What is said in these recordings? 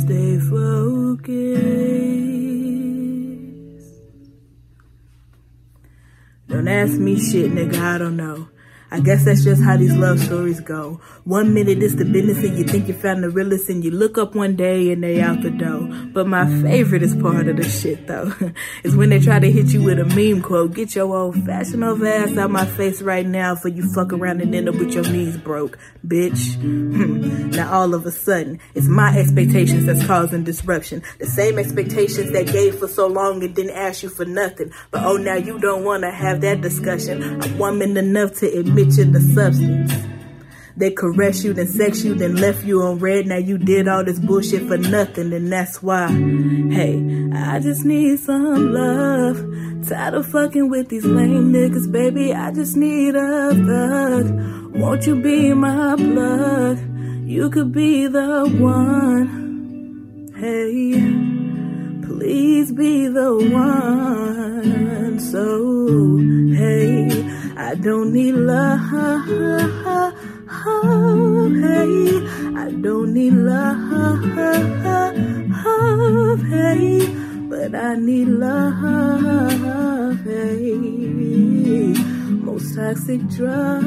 stay focused. Don't ask me shit, nigga, I don't know. I guess that's just how these love stories go. One minute it's the business and you think you found the realest and you look up one day and they out the door. But my favorite is part of the shit though. is when they try to hit you with a meme quote. Get your old fashioned old ass out my face right now for you fuck around and end up with your knees broke, bitch. Hmm. now all of a sudden, it's my expectations that's causing disruption. The same expectations that gave for so long and didn't ask you for nothing. But oh, now you don't want to have that discussion. I'm woman enough to admit you the substance. They caress you, then sex you, then left you on red. Now you did all this bullshit for nothing, and that's why. Hey, I just need some love. Tired of fucking with these lame niggas, baby. I just need a thug. Won't you be my plug? You could be the one. Hey. Please be the one. So, hey, I don't need love. Hey, I don't need love. Hey, but I need love. Hey, most toxic drug.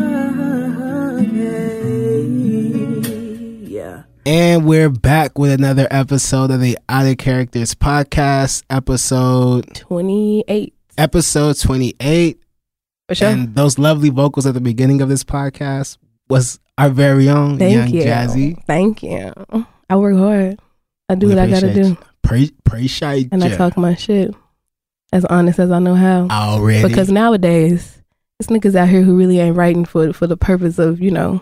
Hey, yeah. And we're back with another episode of the Out of Characters podcast, episode 28. episode 28. For sure. And those lovely vocals at the beginning of this podcast was our very own Thank Young you. Jazzy. Thank you. I work hard. I do We what I gotta appreciate do. you. Pre- appreciate And I ya. talk my shit as honest as I know how. already. Because nowadays, it's niggas out here who really ain't writing for for the purpose of, you know,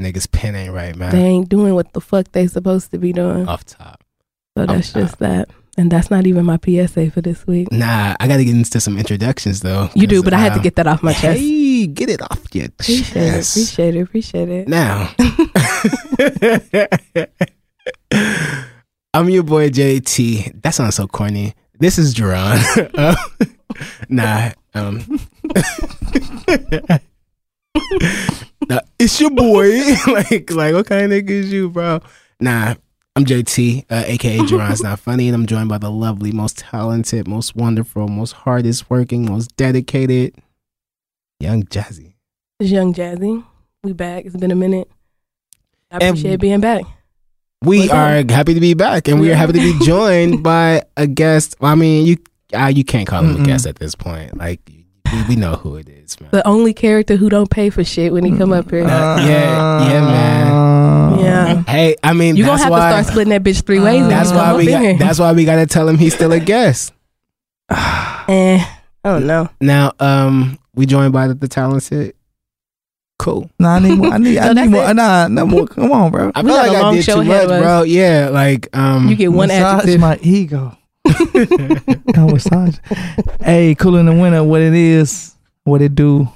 niggas pen ain't right, man. they ain't doing what the fuck they supposed to be doing. Off top. so that's I'm- just that. And that's not even my PSA for this week. Nah, I got to get into some introductions though. You do, 'cause, but I had to uh, get that off my chest. Hey, get it off your Appreciate chest. it. Appreciate it. Appreciate it. Now, I'm your boy JT. That sounds so corny. This is Jerron. Um, nah, um, nah, it's your boy. like, like, what kind of nigga is you, bro? Nah, I'm JT, uh, aka Jerron's Not Funny, and I'm joined by the lovely, most talented, most wonderful, most hardest working, most dedicated, young Jazzy. It's Young Jazzy. We back. It's been a minute. I And- appreciate being back. We What's are happy to be back, and we are happy to be joined by a guest. I mean, you uh, you can't call him a guest at this point. Like we, we know who it is, man. The only character who don't pay for shit when he come up here. Uh, yeah, yeah, man. yeah. Hey, I mean, You gonna have Uh-huh. that's why. Uh, to start splitting that bitch three ways. when that's you come why up we. in here. Got, that's why we gotta tell him he's still a guest. Eh, I don't know. Now, um, we joined by the, the talented. Cool. Nah, I need more. I need, So I need that's more. it? Nah, no more. Come on, bro. I We feel got like a I long did show too ahead much, of us. bro. Yeah, like um, You get one Massage adjective. my ego. No massage. hey, cool in the winter. What it is? What it do?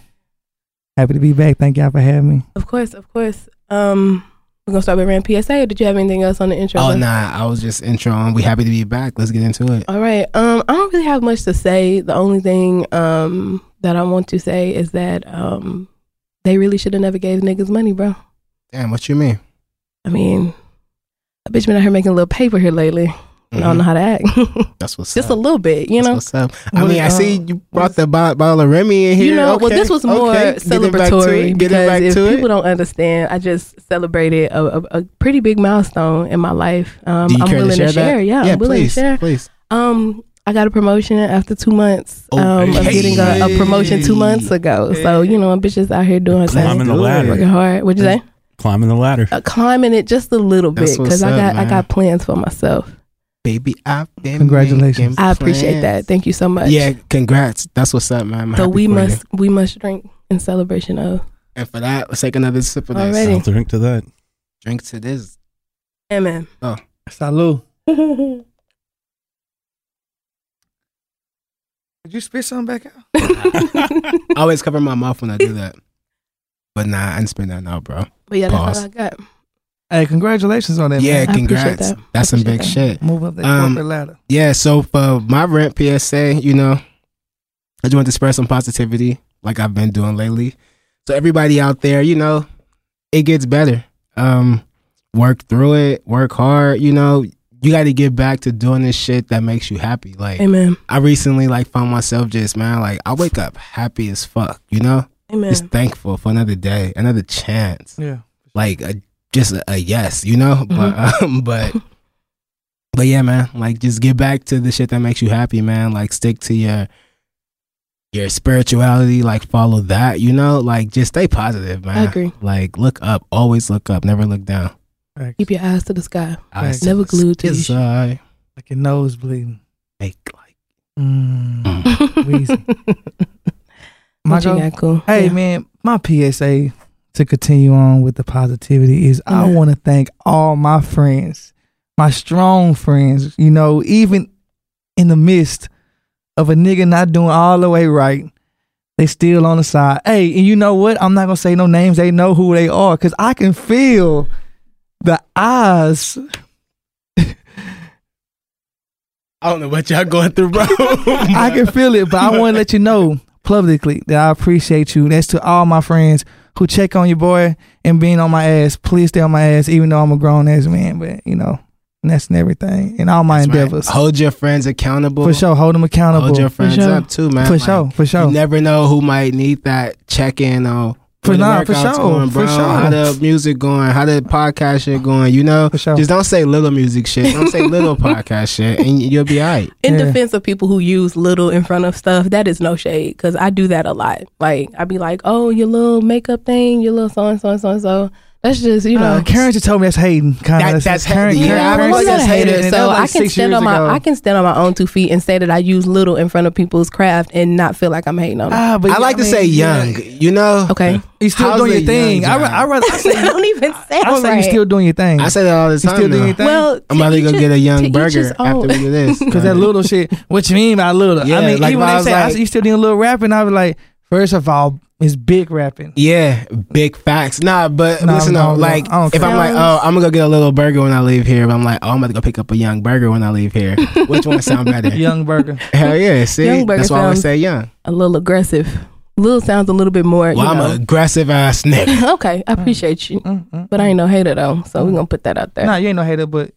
Happy to be back. Thank y'all for having me. of course, of course. Um, we're gonna start with Ram PSA. Or did you have anything else on the intro? oh nah, I was just introing. We happy to be back. Let's get into it. All right. Um, I don't really have much to say. The only thing um that I want to say is that um they really should have never gave niggas money, bro. Damn, what you mean? I mean, a bitch been out here making a little paper here lately. and I don't know how to act. That's what's Just up. a little bit, you Mm-hmm. That's know. what's up. I What mean, is- I see uh, you what brought is- the bo- bottle of Remy in here. um, You know, well, Okay, this was more okay. Get it back to celebratory it. Get it because back if to people it. don't understand, I just celebrated a, a, a pretty big milestone in my life. Um, Do you I'm care willing to share that? share. Yeah, I'm willing please, to share. Please. Um, I got a promotion after two months Oh, um, of hey. getting a, a promotion two months ago. So you know, I'm bitches out here doing Climbing things, the do it. ladder. working hard. What'd you say? Climbing the ladder. Uh, climbing it just a little bit That's what's because I up, got I man. got plans for myself. Baby, I've been Congratulations. making I appreciate that. plans. Thank you so much. Yeah, congrats. That's what's up, man. I'm So happy we for you. must we must drink in celebration of. And for that, let's take another sip of this. Already. I'll drink to that. Drink to this. Amen. uh, Salud. I Did you spit something back out? I always cover my mouth when I do that. But nah, I didn't spend that out, bro. But yeah, that's all Pause. I got. Hey, congratulations on that. yeah, man. appreciate congrats. that. That's some Appreciate big that. shit. Move up that Um, corporate ladder. Yeah, so for my rent PSA, you know, I just want to spread some positivity like I've been doing lately. So everybody out there, you know, it gets better. Um work through it, work hard, you know. You got to get back to doing this shit that makes you happy. Like Amen. I recently like found myself just man, like I wake up happy as fuck, you know? Amen. Just thankful for another day, another chance. Yeah. Like a, just a, a yes, you know? But um, but but yeah, man, like just get back to the shit that makes you happy, man. Like stick to your your spirituality, like follow that, you know? Like just stay positive, man. I agree. Like look up, always look up, never look down. Like, Keep your eyes to the sky. Eyes to Never the glued to the shit. sky. like your nose bleeding. Make like Mm. Wheezy. My What you go? got, cool? Hey Yeah. man, my PSA to continue on with the positivity is I Amen. want to thank all my friends, my strong friends, you know, even in the midst of a nigga not doing all the way right, they still on the side. Hey, and you know what? I'm not going to say no names. They know who they are cuz I can feel the eyes. I don't know what y'all going through, bro. I can feel it, but I want to let you know publicly that I appreciate you. That's to all my friends who check on your boy and being on my ass. Please stay on my ass, even though I'm a grown ass man. But you know, and that's and everything, and all my That's right. endeavors Hold your friends accountable. for sure. Hold them accountable Hold your friends sure. up too, man. for Like, sure, for You sure. never know who might need that check in on. For where the nah, for workouts sure, going, for bro. sure. How the music going? How the podcast shit going? You know, For sure. just don't say little music shit. Don't say little podcast shit, and you'll be all right. in Yeah. defense of people who use little in front of stuff, that is no shade because I do that a lot. Like I'd be like, "Oh, your little makeup thing, your little so and so and so and so." That's just you know. Uh, Karen just told me that's hating. Kind That- of that's Karen. hating. Karen, Yeah, Yeah, Karen I'm was not said a just hating, hater, and that so was like I can six stand years on my ago. I can stand on my own two feet and say that I use little in front of people's craft and not feel like I'm hating on them. Ah, but I like mean, to say yeah. young. You know, Okay, You still How's doing the your thing. young I, ra- job? I rather I I say, don't even sound I say right. you still doing your thing. I say that all the you time. still doing though. your thing. well, I'm about to to go each- get a to young each burger his after own. we do this. Cause that little shit. What you mean by little? Yeah, I mean, like even when I when was they say I- like- you still doing little rapping, I was like, first of all, it's big rapping. Yeah, big facts. Nah, but Nah, listen no, though, no, like I don't if I'm care. like, oh, I'm gonna go get a little burger when I leave here, but I'm like, oh, I'm about to go pick up a young burger when I leave here. Which one sound better? Young Burger. Hell yeah, see, Young burger that's why I always sounds- say young. a little aggressive. Little sounds a little bit more. Well, you I'm know. an aggressive ass nigga. okay, I appreciate you, Mm, mm, but I ain't no hater though, so we're gonna put that out there. Nah, you ain't no hater, but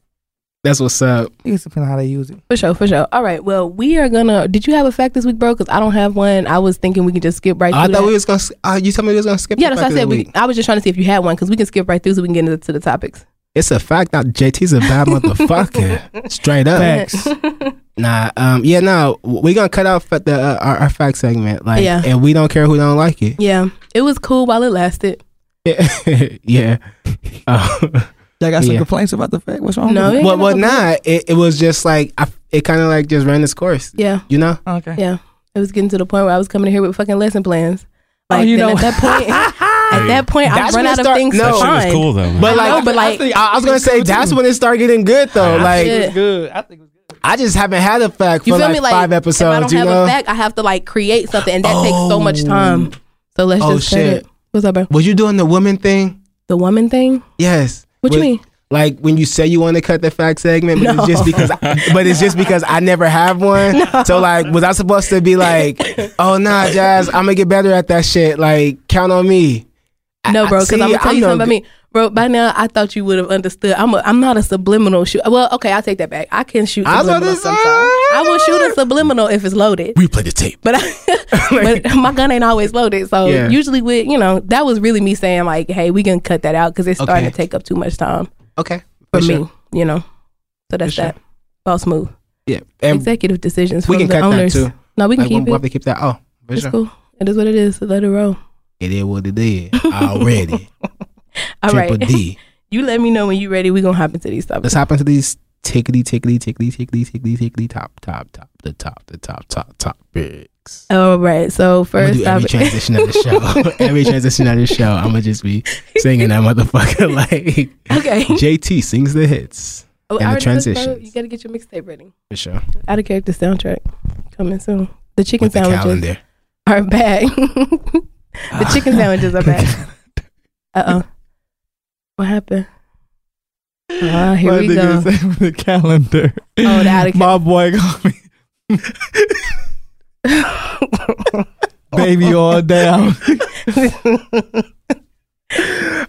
That's what's up. it just depends on how they use it. For sure, for sure. All right. Well, we are gonna. Did you have a fact this week, bro? Because I don't have one. I was thinking we could just skip right. Oh, I through thought that. we was gonna. s- Uh, you told me we was gonna skip. Yeah, the that's why I fact of said the we. week. I was just trying to see if you had one because we can skip right through so we can get into the topics. It's a fact that JT's a bad motherfucker. Straight up. Facts. Nah. Um. Yeah. No. We gonna cut out fa- the uh, our, our fact segment. Like, Yeah. and we don't care who don't like it. yeah, it was cool while it lasted. Yeah. yeah. Uh, Y'all got some Yeah. complaints about the fact. What's wrong? No, With it- it? well, well, nah. It, it was just like I, it kind of like just ran its course. Yeah, You know. Okay. yeah. It was getting to the point where I was coming in here with fucking lesson plans. Oh, Like, you then know. at that point, at that point, I've That's run when it out start- of things no. to That shit That shit find. was cool though. Man. But like, know, but like- I, I was gonna say that's when it started getting good though. I- Like, Yeah. It's good. I think it's good. I just haven't had a fact You for feel like, me? Like five If I don't episodes. You have know. a fact, I have to like create something, and that takes so much Oh. time. So let's Oh, just cut shit. it. What's up, bro? Was you doing the woman thing? The woman thing? Yes. What Was- you mean? Like when you say you want to cut the fact segment, but No. it's just because, but it's just because I never have one. So like, was I supposed to be like, oh nah, Jazz, I'm gonna get better at that shit. Like, count on me. I- No, I- bro, because see, I'm gonna tell I'm you no something about good- me, bro. By now, I thought you would have understood. I'm a, I'm not a subliminal shoot. Well, okay, I'll take that back. I can shoot I was about subliminal to say- sometimes. I will shoot a subliminal if it's loaded, Replay the tape. but I, but my gun ain't always loaded. So Yeah. usually with you know that was really me saying like, hey, we can cut that out because it's starting Okay. to take up too much time Okay. for sure. me. You know, so that's sure. that. Boss move. Yeah. And Executive decisions we from can the cut owners. that too. No, we can Like, we'll keep it. we'll have to keep that. Oh, for It's sure. cool. It is what it is. Let it roll. It is what it is already. All right. Triple D. you let me know when you're ready. We're gonna hop into these topics. Let's hop into these tickety tickety tickety tickety tickety tickety top top top the top the top top top picks. All right. So I'm gonna first do every topic- transition of the show. every transition of the show, I'm gonna just be singing that motherfucker like Okay. JT sings the hits Oh, and the I already said, bro, transitions. You got to get your mixtape ready. for sure. Out of character soundtrack coming soon. The chicken With the sandwiches calendar. Ah. are back. the chicken sandwiches are back. Uh oh. What happened? Ah, here My we nigga go. said with the calendar. Oh, the out of My boy called me baby all down.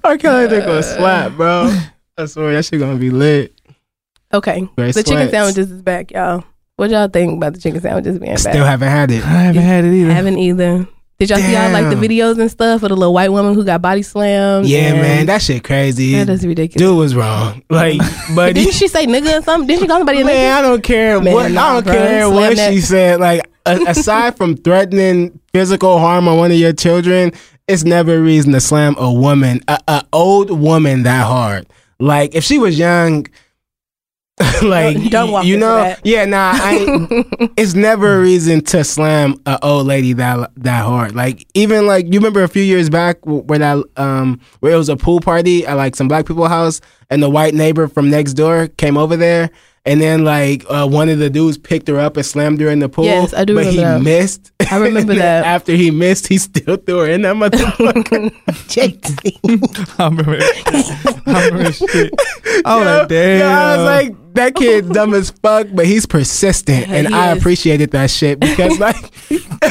Our calendar gonna slap, bro. I swear that shit gonna be lit. Okay. Gray the chicken sweats. sandwiches is back, y'all. What y'all think about the chicken sandwiches being Still back? haven't had it. I haven't had it either. haven't either. Did y'all see y'all like the Damn. videos and stuff of the little white woman who got body slammed? Yeah, and- man, that shit crazy. Oh, that is ridiculous. Dude was wrong. Like, buddy. Didn't she say nigga or something? Didn't she call somebody a nigga? Man, I don't care Man, what nah, I don't bruh. care Slam what that. she said. Like a- aside from threatening physical harm on one of your children, it's never a reason to slam a woman, a, a old woman, that hard. Like if she was young, like Don't- don't walk you into know, that. yeah, nah. I, ain't- it's Mm. never a reason to slam a old lady that that hard. Like even like you remember a few years back wh- where that um where it was a pool party at like some black people house and the white neighbor from next door came over there and then like uh, one of the dudes picked her up and slammed her in the pool. Yes, I do But he remember that. missed. I remember And then that. After he missed, he still threw her in that motherfucker. I remember that. I remember that shit. I was Oh, Yo, like, damn. yo, I was like, that kid dumb as fuck, but he's persistent, and he I is. appreciated that shit because like,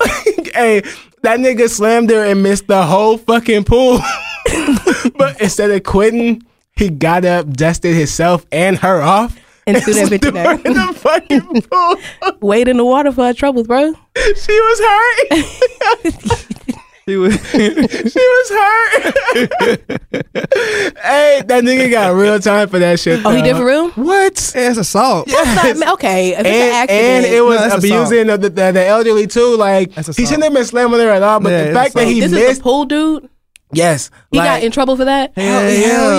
like, hey, that nigga slammed her and missed the whole fucking pool. but instead of quitting, he got up, dusted himself and her off. And threw that bitch in threw her in there. the fucking pool. Wade in the water for her troubles, bro. she was hurt. she was, she was hurt. hey, that nigga got real time for that shit. Oh, he though. did for real? What? it's assault. That's not- okay. If it's an and, accident, and it was No, that's assault. abusing of the, the, the elderly too. Like That's he assault. shouldn't have been slamming her at all. But Yeah, the it's fact that assault. he this is missed, the pool dude. yes, He like, got in trouble for that hell, hell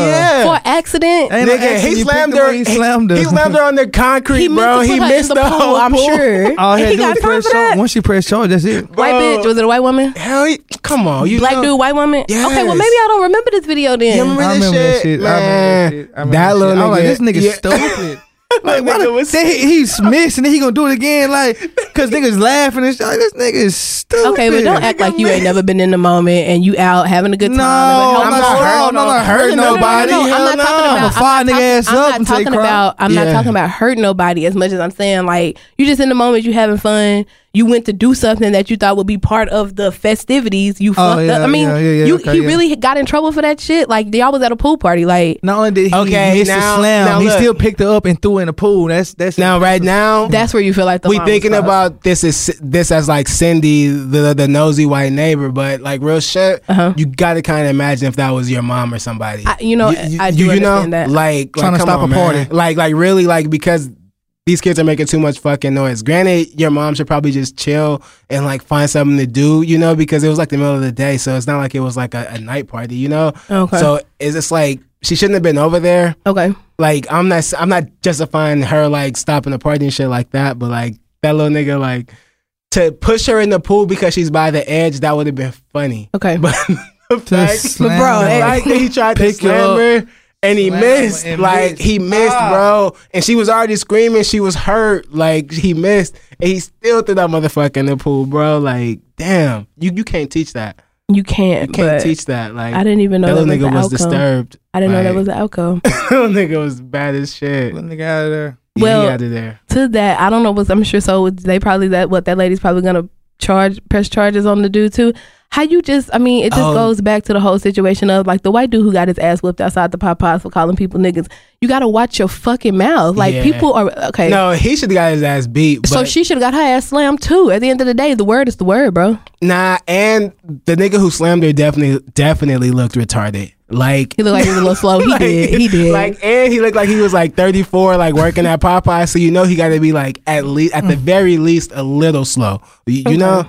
yeah. for an accident. Ain't no Nigga, action. he You slammed picked up her. and He slammed her. He slammed her on the concrete, he bro. meant to he put her missed in the, pool. whole I'm pool. sure. All he had he to do got was in trouble press for that. charge. Once she press charge, that's it. White bitch. Was it a white woman? Hell, y- come on, you Black know- dude, white woman. Okay, well Yes. maybe I don't remember this video then. You remember I this remember that shit, shit. I man? remember that shit. I remember that that little shit. I was nigga, like, this nigga yeah. stupid. That Why nigga the- was- then he, he's missed and then he gonna do it again, like because niggas laughing and shit. Like, this nigga is stupid. Okay, but don't act like you ain't never been in the moment and you out having a good time. No, and I'm helping not her. hurt- Hold I'm on. not hurting No, no, no, no, nobody. no, no. Hell I'm not talking no. about I'ma fire I'm not nigga talking- ass I'm up not and say talking crime. about. I'm not Yeah. talking about hurting nobody as much as I'm saying like you just in the moment. You having fun. You went to do something that you thought would be part of the festivities. You fucked yeah, up. I mean, yeah, yeah, yeah, you okay, he yeah. really got in trouble for that shit. Like y'all was at a pool party. Like Not only did he Okay, miss now- the slam, now he look. still picked her up and threw her in the pool. That's that's Now, right now, that's where you feel like the we line was thinking crossed. about this is this as like Cindy, the the nosy white neighbor, but like real shit, you got to kind of imagine if that was your mom or somebody. Uh-huh. I- you know, I do understand that. Like Trying like, to come stop on, a man. party. like like really like because these kids are making too much fucking noise. Granted, your mom should probably just chill and like find something to do, you know, because it was like the middle of the day, so it's not like it was like a, a night party, you know. Okay. So it's just like she shouldn't have been over there okay. like I'm not I'm not justifying her like stopping the party and shit like that, but like that little nigga like to push her in the pool because she's by the edge, that would have been funny. Okay. But the fact, slam bro, her. the fact that he tried to Pick her slam up. her and he Slam her missed, and like missed. he missed, Ah. bro, and she was already screaming, she was hurt, like he missed, and he still threw that motherfucker in the pool, bro. Like damn, you you can't teach that, You can't. but can't teach that. Like I didn't even know that that, little nigga was was the outcome. disturbed. I didn't know that Like, was the outcome. that little nigga was bad as shit. Let the nigga out of there. yeah, Well- he out of there. to that, I don't know what's. I'm sure so. They probably that what that lady's probably gonna charge press charges on the dude too. How you just? I mean, it just Oh. goes back to the whole situation of like the white dude who got his ass whipped outside the Popeyes for calling people niggas. You gotta watch your fucking mouth. Like Yeah. people are okay. No, he should have got his ass beat. But so she should have got her ass slammed too. At the end of the day, the word is the word, bro. nah, and the nigga who slammed her definitely definitely looked retarded. Like He looked like he was a little slow. He like- did. He did. Like and he looked like he was like 34, like working at Popeye. So you know he got to be like at least Mm. at the very least a little slow. You, you know.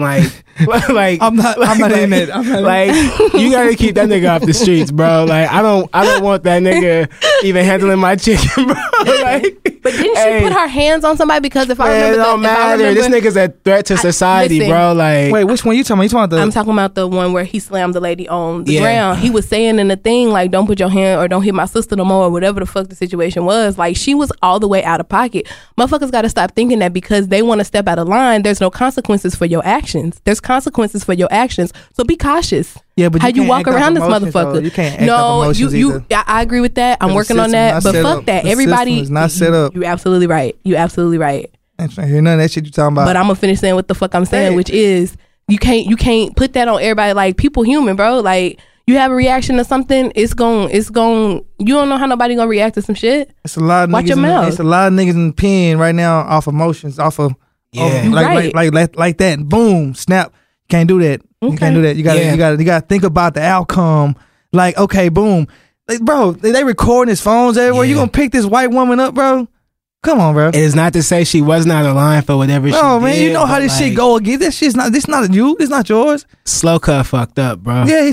like, like I'm not- I'm not like, in it. I'm not in like you gotta keep that nigga off the streets, bro. Like I don't, I don't want that nigga even handling my chicken, bro. Like, but didn't she hey. put her hands on somebody? Because if I Man, remember, it don't the, if I matter. remember- this nigga's a threat to society, listen. bro. Like, Wait, which one you talking about? You talking about the I'm talking about the one where he slammed the lady on the Yeah. ground. He was saying in the thing like, "Don't put your hand or don't hit my sister no more" or whatever the fuck the situation was. Like she was all the way out of pocket. Motherfuckers got to stop thinking that because they want to step out of line, there's no consequences for your actions. There's consequences for your actions, so be cautious. Yeah, but how you you, can't walk act off around this emotions, though. motherfucker? You can't act no, off emotions you either. you. I, I agree with that. I'm The working on system's that, not but set fuck up. that. The Everybody system is not set up. You absolutely right. You absolutely right I'm trying to hear none of that shit you talking about. but I'm gonna finish saying what the fuck I'm saying, which is you can't you can't put that on everybody. Like people human, bro. Like you have a reaction to something, it's gon' it's gon' you don't know how nobody gonna react to some shit. It's a lot of Watch niggas. your in the- mouth. it's a lot of niggas in the pen right now off emotions, off of Yeah. off- You like, right. like, like like like that. Boom, snap. Can't do that. You can't do that. You gotta Yeah. you gotta you gotta think about the outcome. Like okay, boom, like, bro. They, they recording his phones everywhere. You Yeah. gonna pick this white woman up, bro? Come on, bro. It is not to say she was not aligned for whatever she No man, you did, know how but, this shit like, go again. This shit's not. This not you. This not yours. Slow cut fucked up, bro. Yeah, he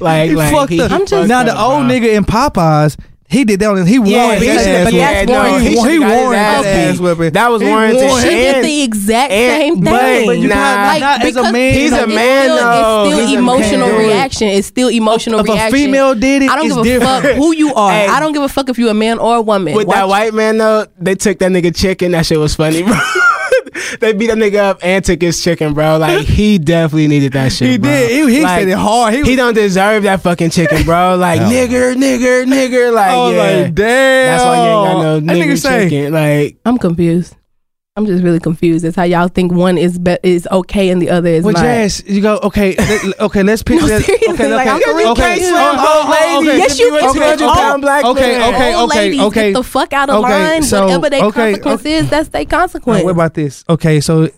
like, like, He like fucked he up. I'm just- now the fucked up, old bro. nigga in Popeyes. He did that. On, his- he Yeah, warranted he that should've- ass but whooping. that's warranted. He He, he should've got his warranted ass that ass beat. whipping. That was He warranted. warranted- She did And- the exact and- same thing. but- but you Nah. cannot- Like, not as a because- man, He's a it's man, still- though. It's He's still a emotional man. reaction. It's still emotional If a reaction. female did it, I don't it's give a different. fuck who you are. Hey. I don't give a fuck if you're a man or a woman. With that Watch- white man though, they took that nigga chicken. That shit was funny, bro. they beat that nigga up and took his chicken, bro. Like he definitely needed that shit. He bro. did. He- he like, said it hard. He He, was- don't deserve that fucking chicken, bro. Like nigger, nigger, nigger. Like I was yeah. like, damn. That's why you ain't got no That nigga nigger say, chicken. Like I'm confused. I'm just really confused. It's how y'all think one is be- is okay and the other is Well, not. Jazz, you go okay. Let, okay, let's pick No, that. seriously, Okay, oh, like, I'm for real confused. Yes, you can. pound black Okay, man. okay, Old okay, ladies, okay. Get the fuck out of Okay, line. so- Whatever their okay, consequence is, that's their consequence. Now, what about this? Okay, so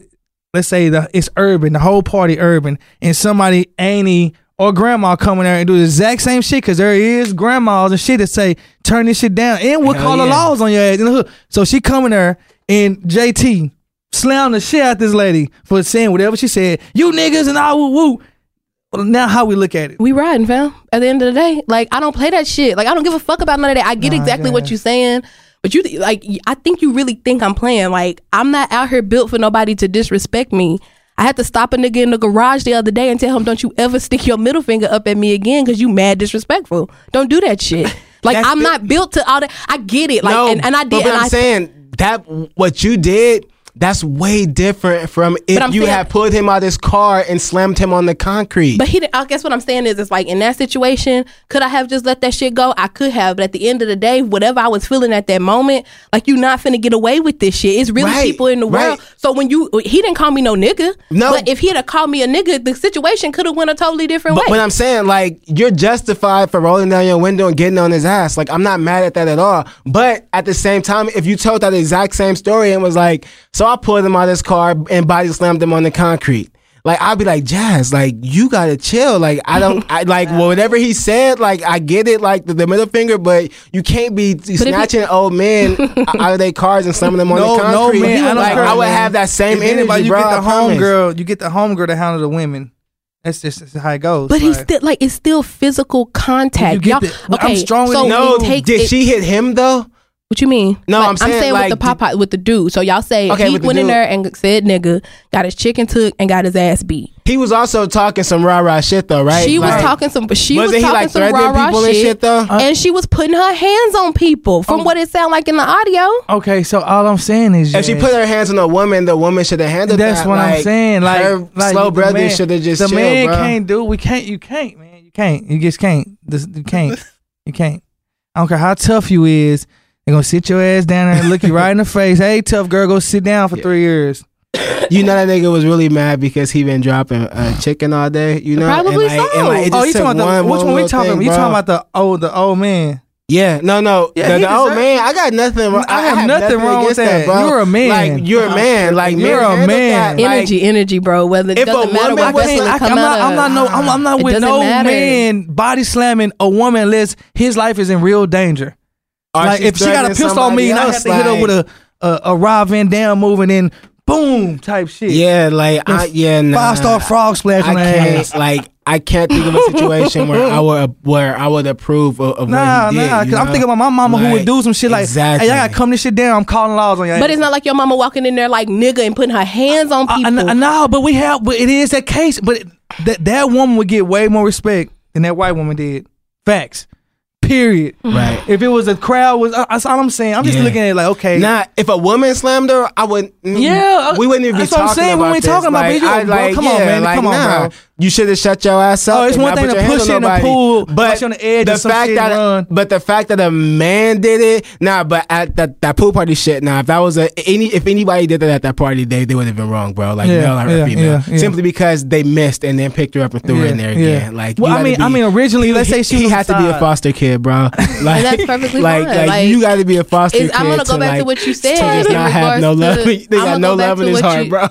let's say the it's urban, the whole party urban, and somebody auntie or grandma coming there and do the exact same shit because there is grandmas and shit that say turn this shit down and we'll Hell call the yeah. laws on your ass in the hood. So she coming there and JT slam the shit out this lady for saying whatever she said. You niggas and all woo woo. Well, now how we look at it? we riding, fam. At the end of the day, like I don't play that shit. Like I don't give a fuck about none of that. I get exactly what you're saying, but you like I think you really think I'm playing. Like I'm not out here built for nobody to disrespect me. I had to stop a nigga in the garage the other day and tell him, "Don't you ever stick your middle finger up at me again, because you mad disrespectful. Don't do that shit." Like That's I'm the- not built to all that. I get it. Like and, and I But, did. what and I'm I- saying that what you did. That's way different from if I'm you saying- had pulled him out of his car and slammed him on the concrete. But he didn't. I guess what I'm saying is, it's like in that situation, could I have just let that shit go? I could have. But at the end of the day, whatever I was feeling at that moment, like you're not finna get away with this shit. It's really Right, people in the right. world. So when you, he didn't call me no nigga. No. But if he had called me a nigga, the situation could have went a totally different But way. when I'm saying like you're justified for rolling down your window and getting on his ass, like I'm not mad at that at all. But at the same time, if you told that exact same story and was like, so I pulled him out of his car and body slammed him on the concrete. Like I'd be like, Jazz, like you gotta chill. Like I don't, I like whatever he said. Like I get it, like the, the middle finger, but you can't be snatching old men out of their cars and slamming them on No, the no, concrete. man. I don't like care, I would man. have that same If energy, anybody, you bro. get I the promise. home girl, you get the home girl to handle the women. That's just that's how it goes. But he's like- still like it's still physical You contact. get Y'all, the- I'm okay, stronger so than No, it takes did it- she hit him though? What you mean? No, Like, I'm saying, with the like, Popeye with the dude. So y'all say Okay, he with the went in dude. there and said nigga, got his chicken took and got his ass beat. He was also talking some rah rah shit though, right? She Like, was talking some. She was wasn't he, talking like, some rah threatening rah people shit, and shit, Uh-huh. Oh. though? and she was putting her hands on people. From what it sounded like in the audio, okay. So all I'm saying is, If she yes. put her hands on a woman, the woman should have handled Oh, That's that. what I'm Like, saying. Like, her like slow the brother man- should have just the chilled, man bro. can't do. We can't. You can't, man. You can't. You just can't. This, you can't. you can't. I don't care how tough you is. They're gonna sit your ass down there and look you right in the face. Hey, tough girl, go sit down for three years. You know that nigga was really mad because he been dropping uh, chicken all day. You know, Probably and like, so. And like, it oh, just you took talking about one, the, which one we little talking? thing, you bro. talking about the old the old man? Yeah, no, no. Yeah, he the the old deserve- man, I got nothing wrong. I have nothing wrong with against that. bro. You're a man. Like you're a man. Like You're men handle a man. that. Like, energy, energy, bro. Whether it if a doesn't matter woman what was- vessel I, it am come not. out I'm of. not no. I'm, I'm not It with doesn't no matter. man body slamming a woman unless his life is in real danger. or like she's if she got a threatening pistol on me, and I somebody have to hit her else, with like- a a, a Rob Van Dam move and then boom type shit. Yeah, like I, yeah, nah. Five star frog splash I on the ass. can't like I can't think of a situation where I would where I would approve of, of Nah, what he did. nah, you because I'm know? thinking about my mama who would Like, do some shit like, exactly. hey, I gotta come this shit down. I'm calling laws on you. But it's not like your mama walking in there like nigga and putting her hands Uh, on I, I, people. I- no, but we have, but it is that case. But it- that that woman would get way more respect than that white woman did. Facts. Period. Right. If it was a crowd, was uh, that's all I'm saying. I'm just Yeah. looking at it like, okay, Nah, if a woman slammed her, I would. mm, Yeah, uh, we wouldn't even be that's what talking I'm saying. We about ain't this. talking about, like, but you- I, bro, like, come on, yeah, man, Like, come on, nah. bro. You should have shut your ass up. Oh, it's and one not thing put to your hands push on in the nobody. pool, but push on the edge or some fact shit, that, run. but the fact that a man did it, nah. But at that, that pool party shit, nah. If that was a any, if anybody did that at that party, they they would have been wrong, bro. Like Yeah, male or yeah, female, yeah, yeah. simply because they missed and then picked her up and threw her in there again. Like, well, you I gotta mean, be- I mean, originally, let's say she he was had to be a outside. foster kid, bro. Like that's perfectly like, fine. Like, Like, you got to be a foster kid. it's- I'm gonna go back to like, what you said To just in not have no regards love. to- they got I'ma no go back love to in his what heart, you- bro.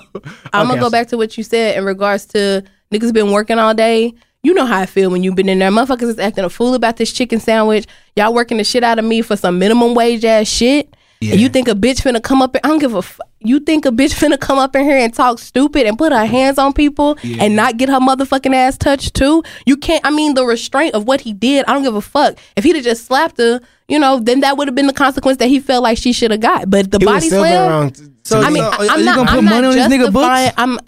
I'm Okay, gonna go back to what you said in regards to niggas been working all day. You know how I feel when you've been in there. Motherfuckers is acting a fool about this chicken sandwich. Y'all working the shit out of me for some minimum wage ass shit. And you think a bitch finna come up? I don't give a. F- you think a bitch finna come up in here and talk stupid and put her hands on people and not get her motherfucking ass touched too? You can't. I mean, the restraint of what he did. I don't give a fuck. If he'd have just slapped her, you know, then that would have been the consequence that he felt like she should have got. But the He body was still slam. been wrong. So, I mean, so, I- are you I'm not, gonna put I'm not money on these nigga books? justifying- I'm,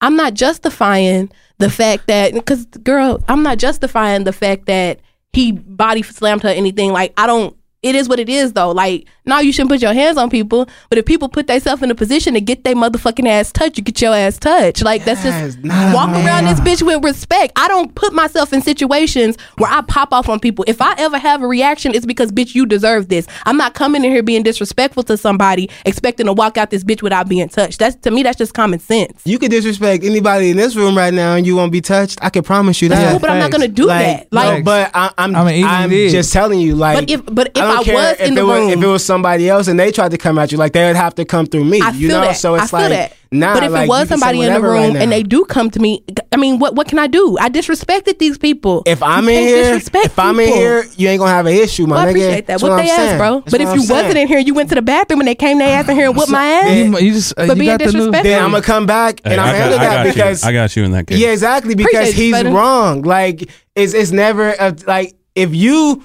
I'm not justifying the fact that because girl, I'm not justifying the fact that he body slammed her. Anything like I don't. It is what it is though. Like no, you shouldn't put your hands on people. But if people put themselves in a position to get their motherfucking ass touched, you get your ass touched. Like that's Yes, just nah, walk man. around this bitch with respect. I don't put myself in situations where I pop off on people. If I ever have a reaction, it's because bitch, you deserve this. I'm not coming in here being disrespectful to somebody, expecting to walk out this bitch without being touched. That's to me, that's just common sense. You could disrespect anybody in this room right now, and you won't be touched. I can promise you that. cool, but I'm not facts. gonna do that. no, Like, but I, I'm, I I mean, even am did. just telling you, like, But if- but if don't I care was if in it the was, room- if it was somebody else and they tried to come at you, like they would have to come through me. I you feel know, that. so it's I feel like, that. nah. but if like, it you was can say somebody in the whatever right room and now. they do come to me, I mean, what what can I do? I disrespected these people. If I'm You in can't here, disrespect if I'm in people. here, you ain't gonna have an issue, my Well, I nigga. appreciate that. That's What what they I'm ass, saying. bro. That's but what if I'm you saying. wasn't in here, you went to the bathroom and they came their ass in here and whooped my ass. Yeah. You, you just uh, But you being got the new. disrespectful. then I'm gonna come back and Hey, I'm I, got, handle I got that you. because I got you in that case. Yeah, exactly. Because Appreciate you, he's Spudder. wrong. Like it's it's never a, like if you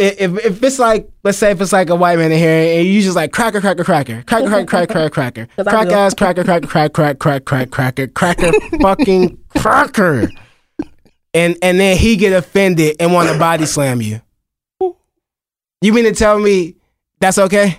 i- if if it's like let's say if it's like a white man in here and you just like cracker cracker cracker cracker cracker cracker cracker cracker 'Cause I crack will. ass cracker cracker crack crack crack crack cracker cracker fucking cracker. And and then he get offended and want to body slam you. You mean to tell me that's okay?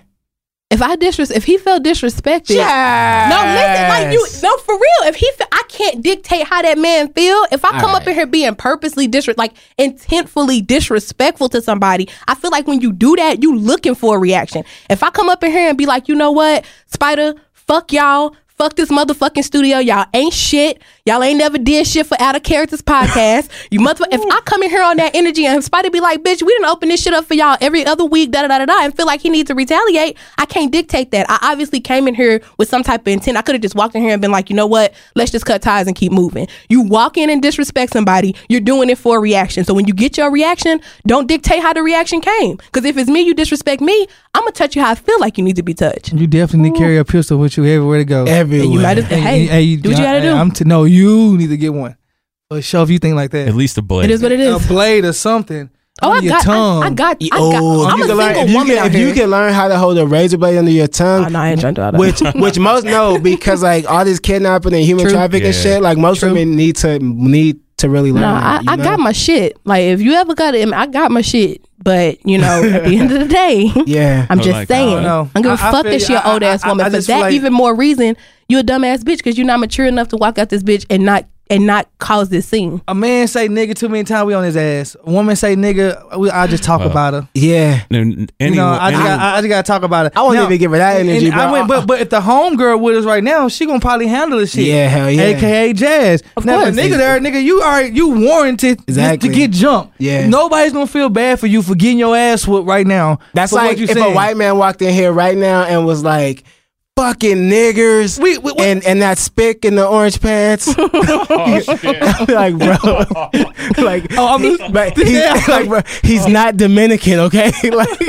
If I disres, if he felt disrespected, Yeah. No, listen, like you, no, for real. If he, fe- I can't dictate how that man feel. If I come up right. in here being purposely disres, like intentfully disrespectful to somebody, I feel like when you do that, you looking for a reaction. If I come up in here and be like, you know what, Spider, fuck y'all. Fuck this motherfucking studio. Y'all ain't shit. Y'all ain't never did shit for Out of Characters podcast. You motherfucker. If I come in here on that energy and Spidey be like, bitch, we didn't open this shit up for y'all every other week, da da da da da, and feel like he needs to retaliate, I can't dictate that. I obviously came in here with some type of intent. I could have just walked in here and been like, you know what? Let's just cut ties and keep moving. You walk in and disrespect somebody, you're doing it for a reaction. So when you get your reaction, don't dictate how the reaction came. Because if it's me, you disrespect me, I'm going to touch you how I feel like you need to be touched. You definitely need to carry a pistol with you everywhere to go. everywhere. You might as hey, do what you gotta hey, do. I'm t- no, you need to get one. For sure, if you think like At that, least a blade. it is what it is. a blade or something. Oh, I under your got, tongue. I, I got, I got, Oh, I'm you a can single learn- if you woman out can, if here. you can learn how to hold a razor blade under your tongue, Oh, no, I ain't trying to do all that. which which most no because like all this kidnapping and human True. trafficking Yeah. shit like most True. women need to need to really learn. no, I, I got my shit. Like, if you ever got it, I got my shit. But, you know, at the end of the day, yeah. I'm I just like that. saying. I don't know. I'm gonna I- I fuck feel that you. shit, I- old ass I- I- woman. I For just that feel like- even more reason, you a dumbass bitch because you're not mature enough to walk out this bitch and not and not cause this scene. A man say nigga too many times, we on his ass. A woman say nigga, we, I just talk about her. yeah. And You any- know, I just, any- got, I just got to talk about it. I won't Now- even give her that and- energy, and bro. I went, but but if the homegirl with us right now, she gonna probably handle this shit. Yeah, hell yeah. AKA Jazz. Of now, course. if a nigga there, nigga, you are you warranted just Exactly. to get jumped. Yeah. nobody's gonna feel bad for you for getting your ass whooped right now. That's for what like you if a saying. white man walked in here right now and was like, "Fucking niggers," We- we- we- and and that spick in the orange pants. I'd be like bro, like Oh, I'm- but he's, Yeah. like bro, Oh. he's not Dominican, okay? like,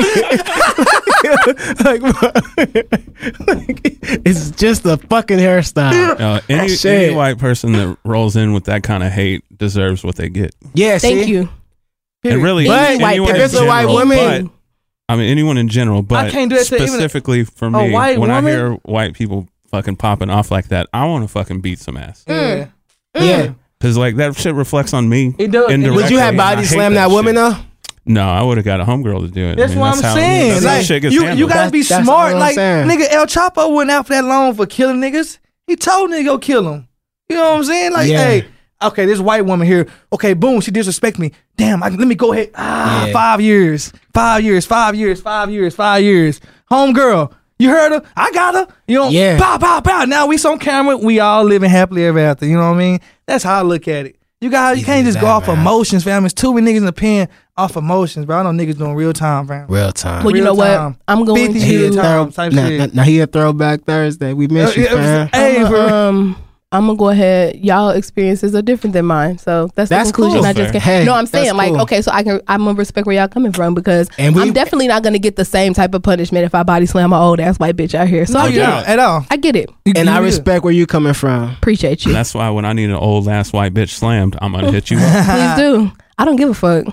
like, bro, like, it's just a fucking hairstyle. uh, any, Shit. any white person that rolls in with that kind of hate deserves what they get. Yeah, see? Thank you. And really, But anyone if in it's a white general, woman- but- I mean, anyone in general, but can't do that to even a- specifically for a me, white when woman? I hear white people fucking popping off like that, I want to fucking beat some ass. Yeah. Yeah. Because, like, that shit reflects on me. It does. indirectly, Would you have and I body hate slam that, woman shit. though? No, I would have got a homegirl to do it. That's I mean, what I'm how- saying. That's how like, shit gets you, handled. you gotta be That's- that's all smart. I'm Like saying. nigga, El Chapo went out for that long for killing niggas. He told nigga go kill him. You know what I'm saying? Like, Yeah. hey, okay, this white woman here. Okay, boom, she disrespect me. Damn, I, let me go ahead. Ah, Yeah. five years, five years, five years, five years, five years. Homegirl, you heard her? I got her. You know, Yeah. Bow, bow, bow. Now we on camera. We all living happily ever after. You know what I mean? That's how I look at it. You got you Easy can't as just go that, off man. emotions, fam. It's too many niggas in the pen off emotions, bro. I know niggas doing real time, fam. Real time. Well, you know what? time. I'm going 50 to- He a years throw, time type nah, shit. nah, nah, he a throwback Thursday. We miss Yeah, you, yeah, it fam. was- Hey, I'ma, for real. um, I'm gonna go ahead. Y'all experiences are different than mine, so that's, That's the conclusion cool. I just That's came. fair. Hey, no, I'm that's saying like cool. okay, so I can I'm gonna respect where y'all coming from because And we- I'm definitely not gonna get the same type of punishment if I body slam my old ass white bitch out here. So No, I you get don't it. at all. I get it. You- And you I good. respect where you coming from. Appreciate you. That's why when I need an old ass white bitch slammed, I'm gonna hit you up. Please do. I don't give a fuck.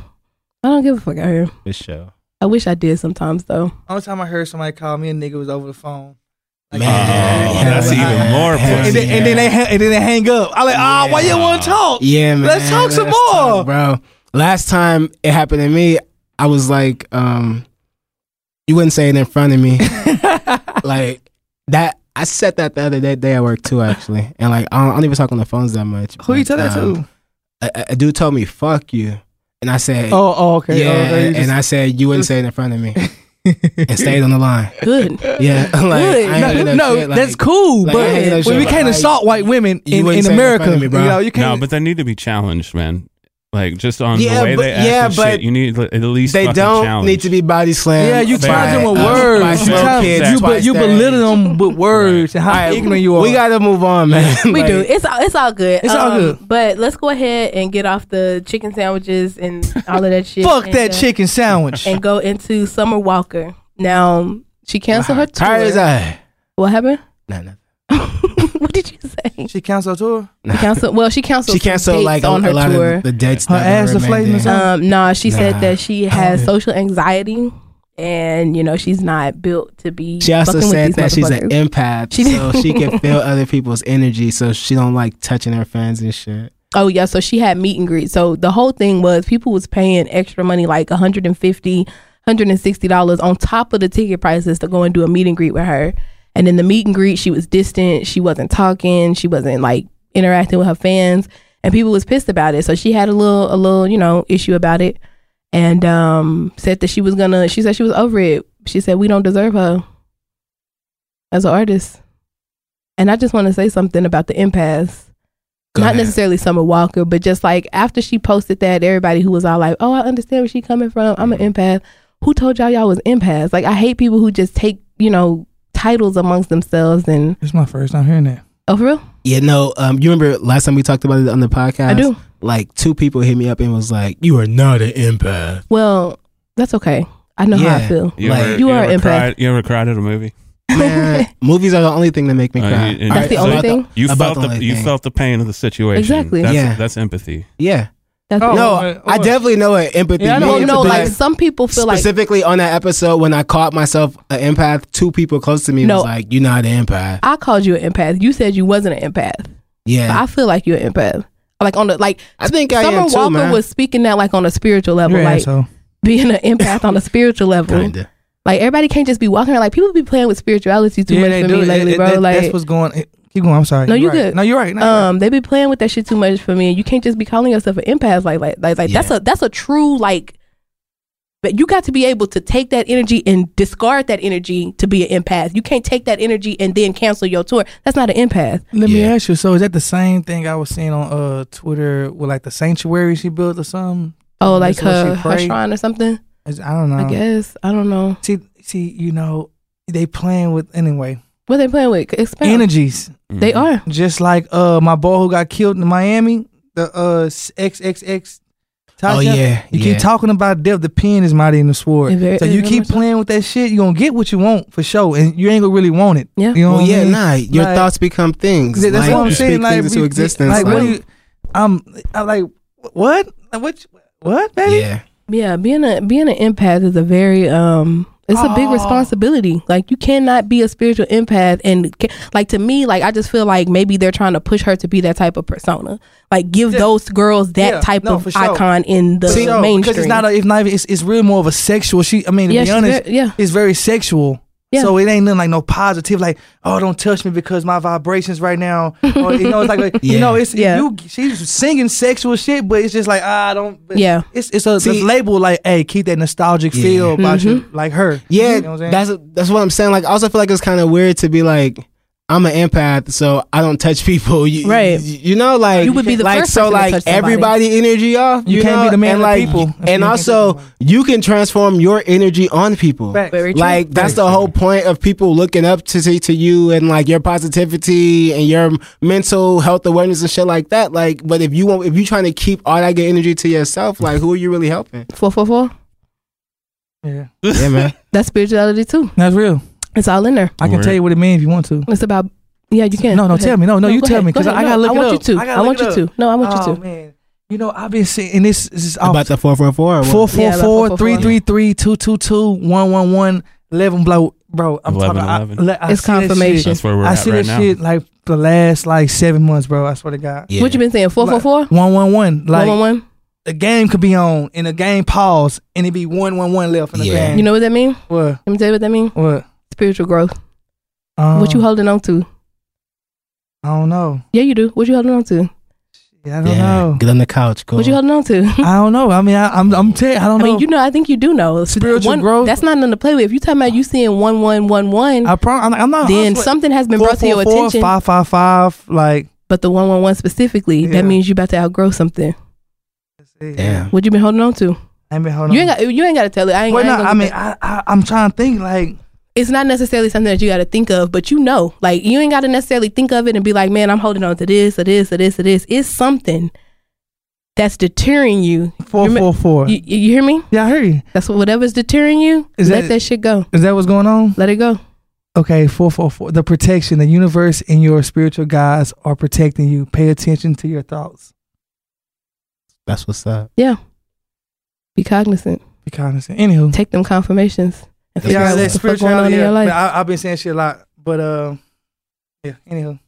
I don't give a fuck out here. For sure. I wish I did sometimes though. Only time I heard somebody call me a nigga was over the phone. Like, Man. Oh, that's Yeah. even more Hell And pussy. then, and then they ha- and then they hang up. I like, ah, why you want to talk? Yeah, man. Let's talk some more. talk, bro. Last time it happened to me, I was like, um, you wouldn't say it in front of me. like that I said that the other day, day at work too, actually. And like I don't, I don't even talk on the phones that much. Who you tell that um, to? A, a dude told me, fuck you. And I said, Oh, oh, okay. yeah. oh, okay. you and I said, you wouldn't say it in front of me. and stayed on the line. Good. Yeah. like, Good. I ain't just- doing no, that no shit, like- that's cool, like, I but hate that when shit, we can't like, assault white women you in, wouldn't in say it in America, front of me, bro. you know, you No, can't. but they need to be challenged, man. Like just on Yeah, the way but- they act yeah, and but shit. You need li- at least They fucking don't challenge. need to be body slammed. yeah, you They- challenge them with uh, words. by You, slow challenge- kids you, be, twice you their belittle them with words and how All right, ignorant you are. We gotta move on, man. We Like, do. It's all, it's all good. Um, It's all good. But let's go ahead and get off the chicken sandwiches and all of that shit. fuck and, that uh, chicken sandwich. And go into Summer Walker. Now she canceled her tour. Tired as I. What happened? No, no. what did you say? she canceled her tour. She canceled. Well, she canceled. She some canceled dates like a, on her a lot tour. of the dates. Her that ass were deflating made or something? um, nah, she Nah. said that she has Oh. social anxiety, and you know she's not built to be. She also fucking said with these that she's an motherfuckers. empath, She so did. she can feel other people's energy, so she don't like touching her fans and shit. Oh yeah, so she had meet and greet. So the whole thing was people was paying extra money like 150 $160 on top of the ticket prices to go and do a meet and greet with her. And in the meet and greet, she was distant, she wasn't talking, she wasn't like interacting with her fans, and people was pissed about it. So she had a little a little, you know, issue about it. And um said that she was gonna she said she was over it. She said we don't deserve her as an artist. And I just want to say something about the impasse Go not ahead. necessarily Summer Walker, but just like after she posted that, everybody who was all like, "Oh, I understand where she coming from. I'm Mm-hmm. an empath." Who told y'all y'all was empaths? Like, I hate people who just take you know titles amongst themselves and This is my first time hearing that. oh, for real, Yeah, no. Um, you remember last time we talked about it on the podcast? I do. Like two people hit me up and was like, "You are not an empath." Well, that's okay. I know how Yeah. I feel. You, Like- ever, You are ever empath. cried, you ever cried at a movie? Man, movies are the only thing that make me Uh, cry. you- and- All That's the so only about thing? You About felt the the, only you thing. felt the pain of the situation. Exactly. That's, Yeah. that's empathy. yeah. That's Oh, it. No, what- I what? definitely know what empathy. Yeah, I know no, means, what no. but Like some people feel like specifically on that episode when I caught myself an empath, two people close to me No. was like, "You're not an empath." I called you an empath. You said you wasn't an empath, but Yeah, I feel like you're an empath. Like on the like, I think I Summer am too, Walker man. was speaking that like on a spiritual level, You're an like asshole. being an empath on a spiritual level. Kinda. Like everybody can't just be walking around. Like people be playing with spirituality too much for me lately, It- it- bro. that- like that's what's going. it- Keep going. I'm sorry. No, You're you right. good. No, you're right. No, you're right. um, they be playing with that shit too much for me. And you can't just be calling yourself an empath. Like like like, like that's Yeah. a that's a true like. But you got to be able to take that energy and discard that energy to be an empath. You can't take that energy and then cancel your tour. That's not an empath. Let me Yeah. ask you. So is that the same thing I was seeing on uh Twitter with like the sanctuary she built or something? Oh, That's like what her, she her prayed. shrine or something. It's- I don't know. I guess I don't know See, see, you know, they playing with anyway what they playing with. Expand. energies. They are. Just like uh my boy who got killed in Miami, the uh XXX. Oh Tasha. yeah, You yeah. keep talking about death. The pen is mighty in the sword. It very- so it you very keep much so. playing with that shit. You are gonna get what you want for sure, and you ain't gonna really want it. Yeah. You know Well, what I yeah, mean? nah. Your Like- thoughts become things. Yeah, that's like, what I'm you saying. Speak Like, things into we- existence. Like, what like- do you? I'm, I'm like, what? What? What, baby? yeah, Yeah, being a being an empath is a very um it's a big Oh. responsibility. Like you cannot be a spiritual empath and ca- like to me like I just feel like maybe they're trying to push her to be that type of persona. Like give Yeah. those girls that Yeah, type no, of for sure. icon in the See, because mainstream. it's not. A, it's not. even- It's, it's really more of a sexual. She. I mean, to yeah, be she's honest, very- yeah. it's very sexual. Yeah. So it ain't nothing like no positive, like oh, don't touch me because my vibrations right now. Or, you know, it's like, like, you Yeah. know, it's Yeah. you. She's singing sexual shit, but it's just like ah, I don't. but Yeah. it's it's a See- it's labeled like hey, keep that nostalgic Yeah. feel about you, Mm-hmm. like her. Yeah, you know what I'm saying? that's that's what I'm saying. Like, I also feel like it's kind of weird to be like, I'm an empath, so I don't touch people. You, Right. You, you know, like You would be the like first so person to like touch somebody. everybody energy off. You can't know? be the and man of the like, people if you and can't also touch you can transform your energy on people. Facts. Very true. Like that's the Very whole point of people looking up to to- to you and like your positivity and your mental health awareness and shit like that. Like, but if you want, if you trying to keep all that good energy to yourself, like who are you really helping? Four four four. yeah, Mm. Yeah, man. That's spirituality too. that's real. It's all in there. I can Word. tell you what it means if you want to. It's about yeah. You can No, no, Go ahead. tell me. No, no, you go tell ahead, me go because ahead. I No, gotta look I it want up. you to. gotta I, want look you it to. No, I want oh you to. man, you know I've been seeing and this this is off About the four four four. or what? Oh. four Yeah, four about four three 444. three three two two two one one one eleven blow bro. I'm 11, talking. 11. I, le- I It's see that shit. confirmation. That's where we're I at see right this now. shit like the last like seven months, bro. I swear to God. Yeah. What you been saying? Four four four. One one one. Oh, Like One one one. the game could be on and the game pause and it be one one one left in the Yeah. game. You know what that mean? what? Let me tell you what that mean. What? Spiritual growth. Um, what you holding on to? I don't know. Yeah, you do. What you holding on to? Yeah, I don't Yeah, know. Get on the couch. Go. What you holding on to? Uh, I don't know. I mean, I, I'm I'm tell I I don't know. mean, you know, I think you do know. Spiritual One- growth? That's not nothing to play with. If you talking about you seeing one one one one, I prom- I'm, I'm not. then I swear- something has been Four, brought to four, your four, attention. Five five five. Like But the one one one specifically, Yeah. that means you about to outgrow something. Damn. What you been holding on to? I mean, hold on. You ain't got. You ain't got to tell it. I ain't. well, I, no, ain't gonna I do mean, that. I, I I'm trying to think. Like, it's not necessarily something that you got to think of, but you know, like you ain't got to necessarily think of it and be like, man, I'm holding on to this or this or this or this. It's something that's deterring you. four Remem- four four. You, you hear me? yeah, I hear you. That's what, whatever's deterring you. Is let that- that, shit go. Is that what's going on? Let it go. Okay, four four four. The protection, the universe, and your spiritual guides are protecting you. Pay attention to your thoughts. That's what's up. Be cognizant. Be cognizant. Anywho, Take them confirmations. And figure Yeah, out that what the fuck going on in your man, life. I, I've been saying shit a lot, but uh, yeah. Anywho,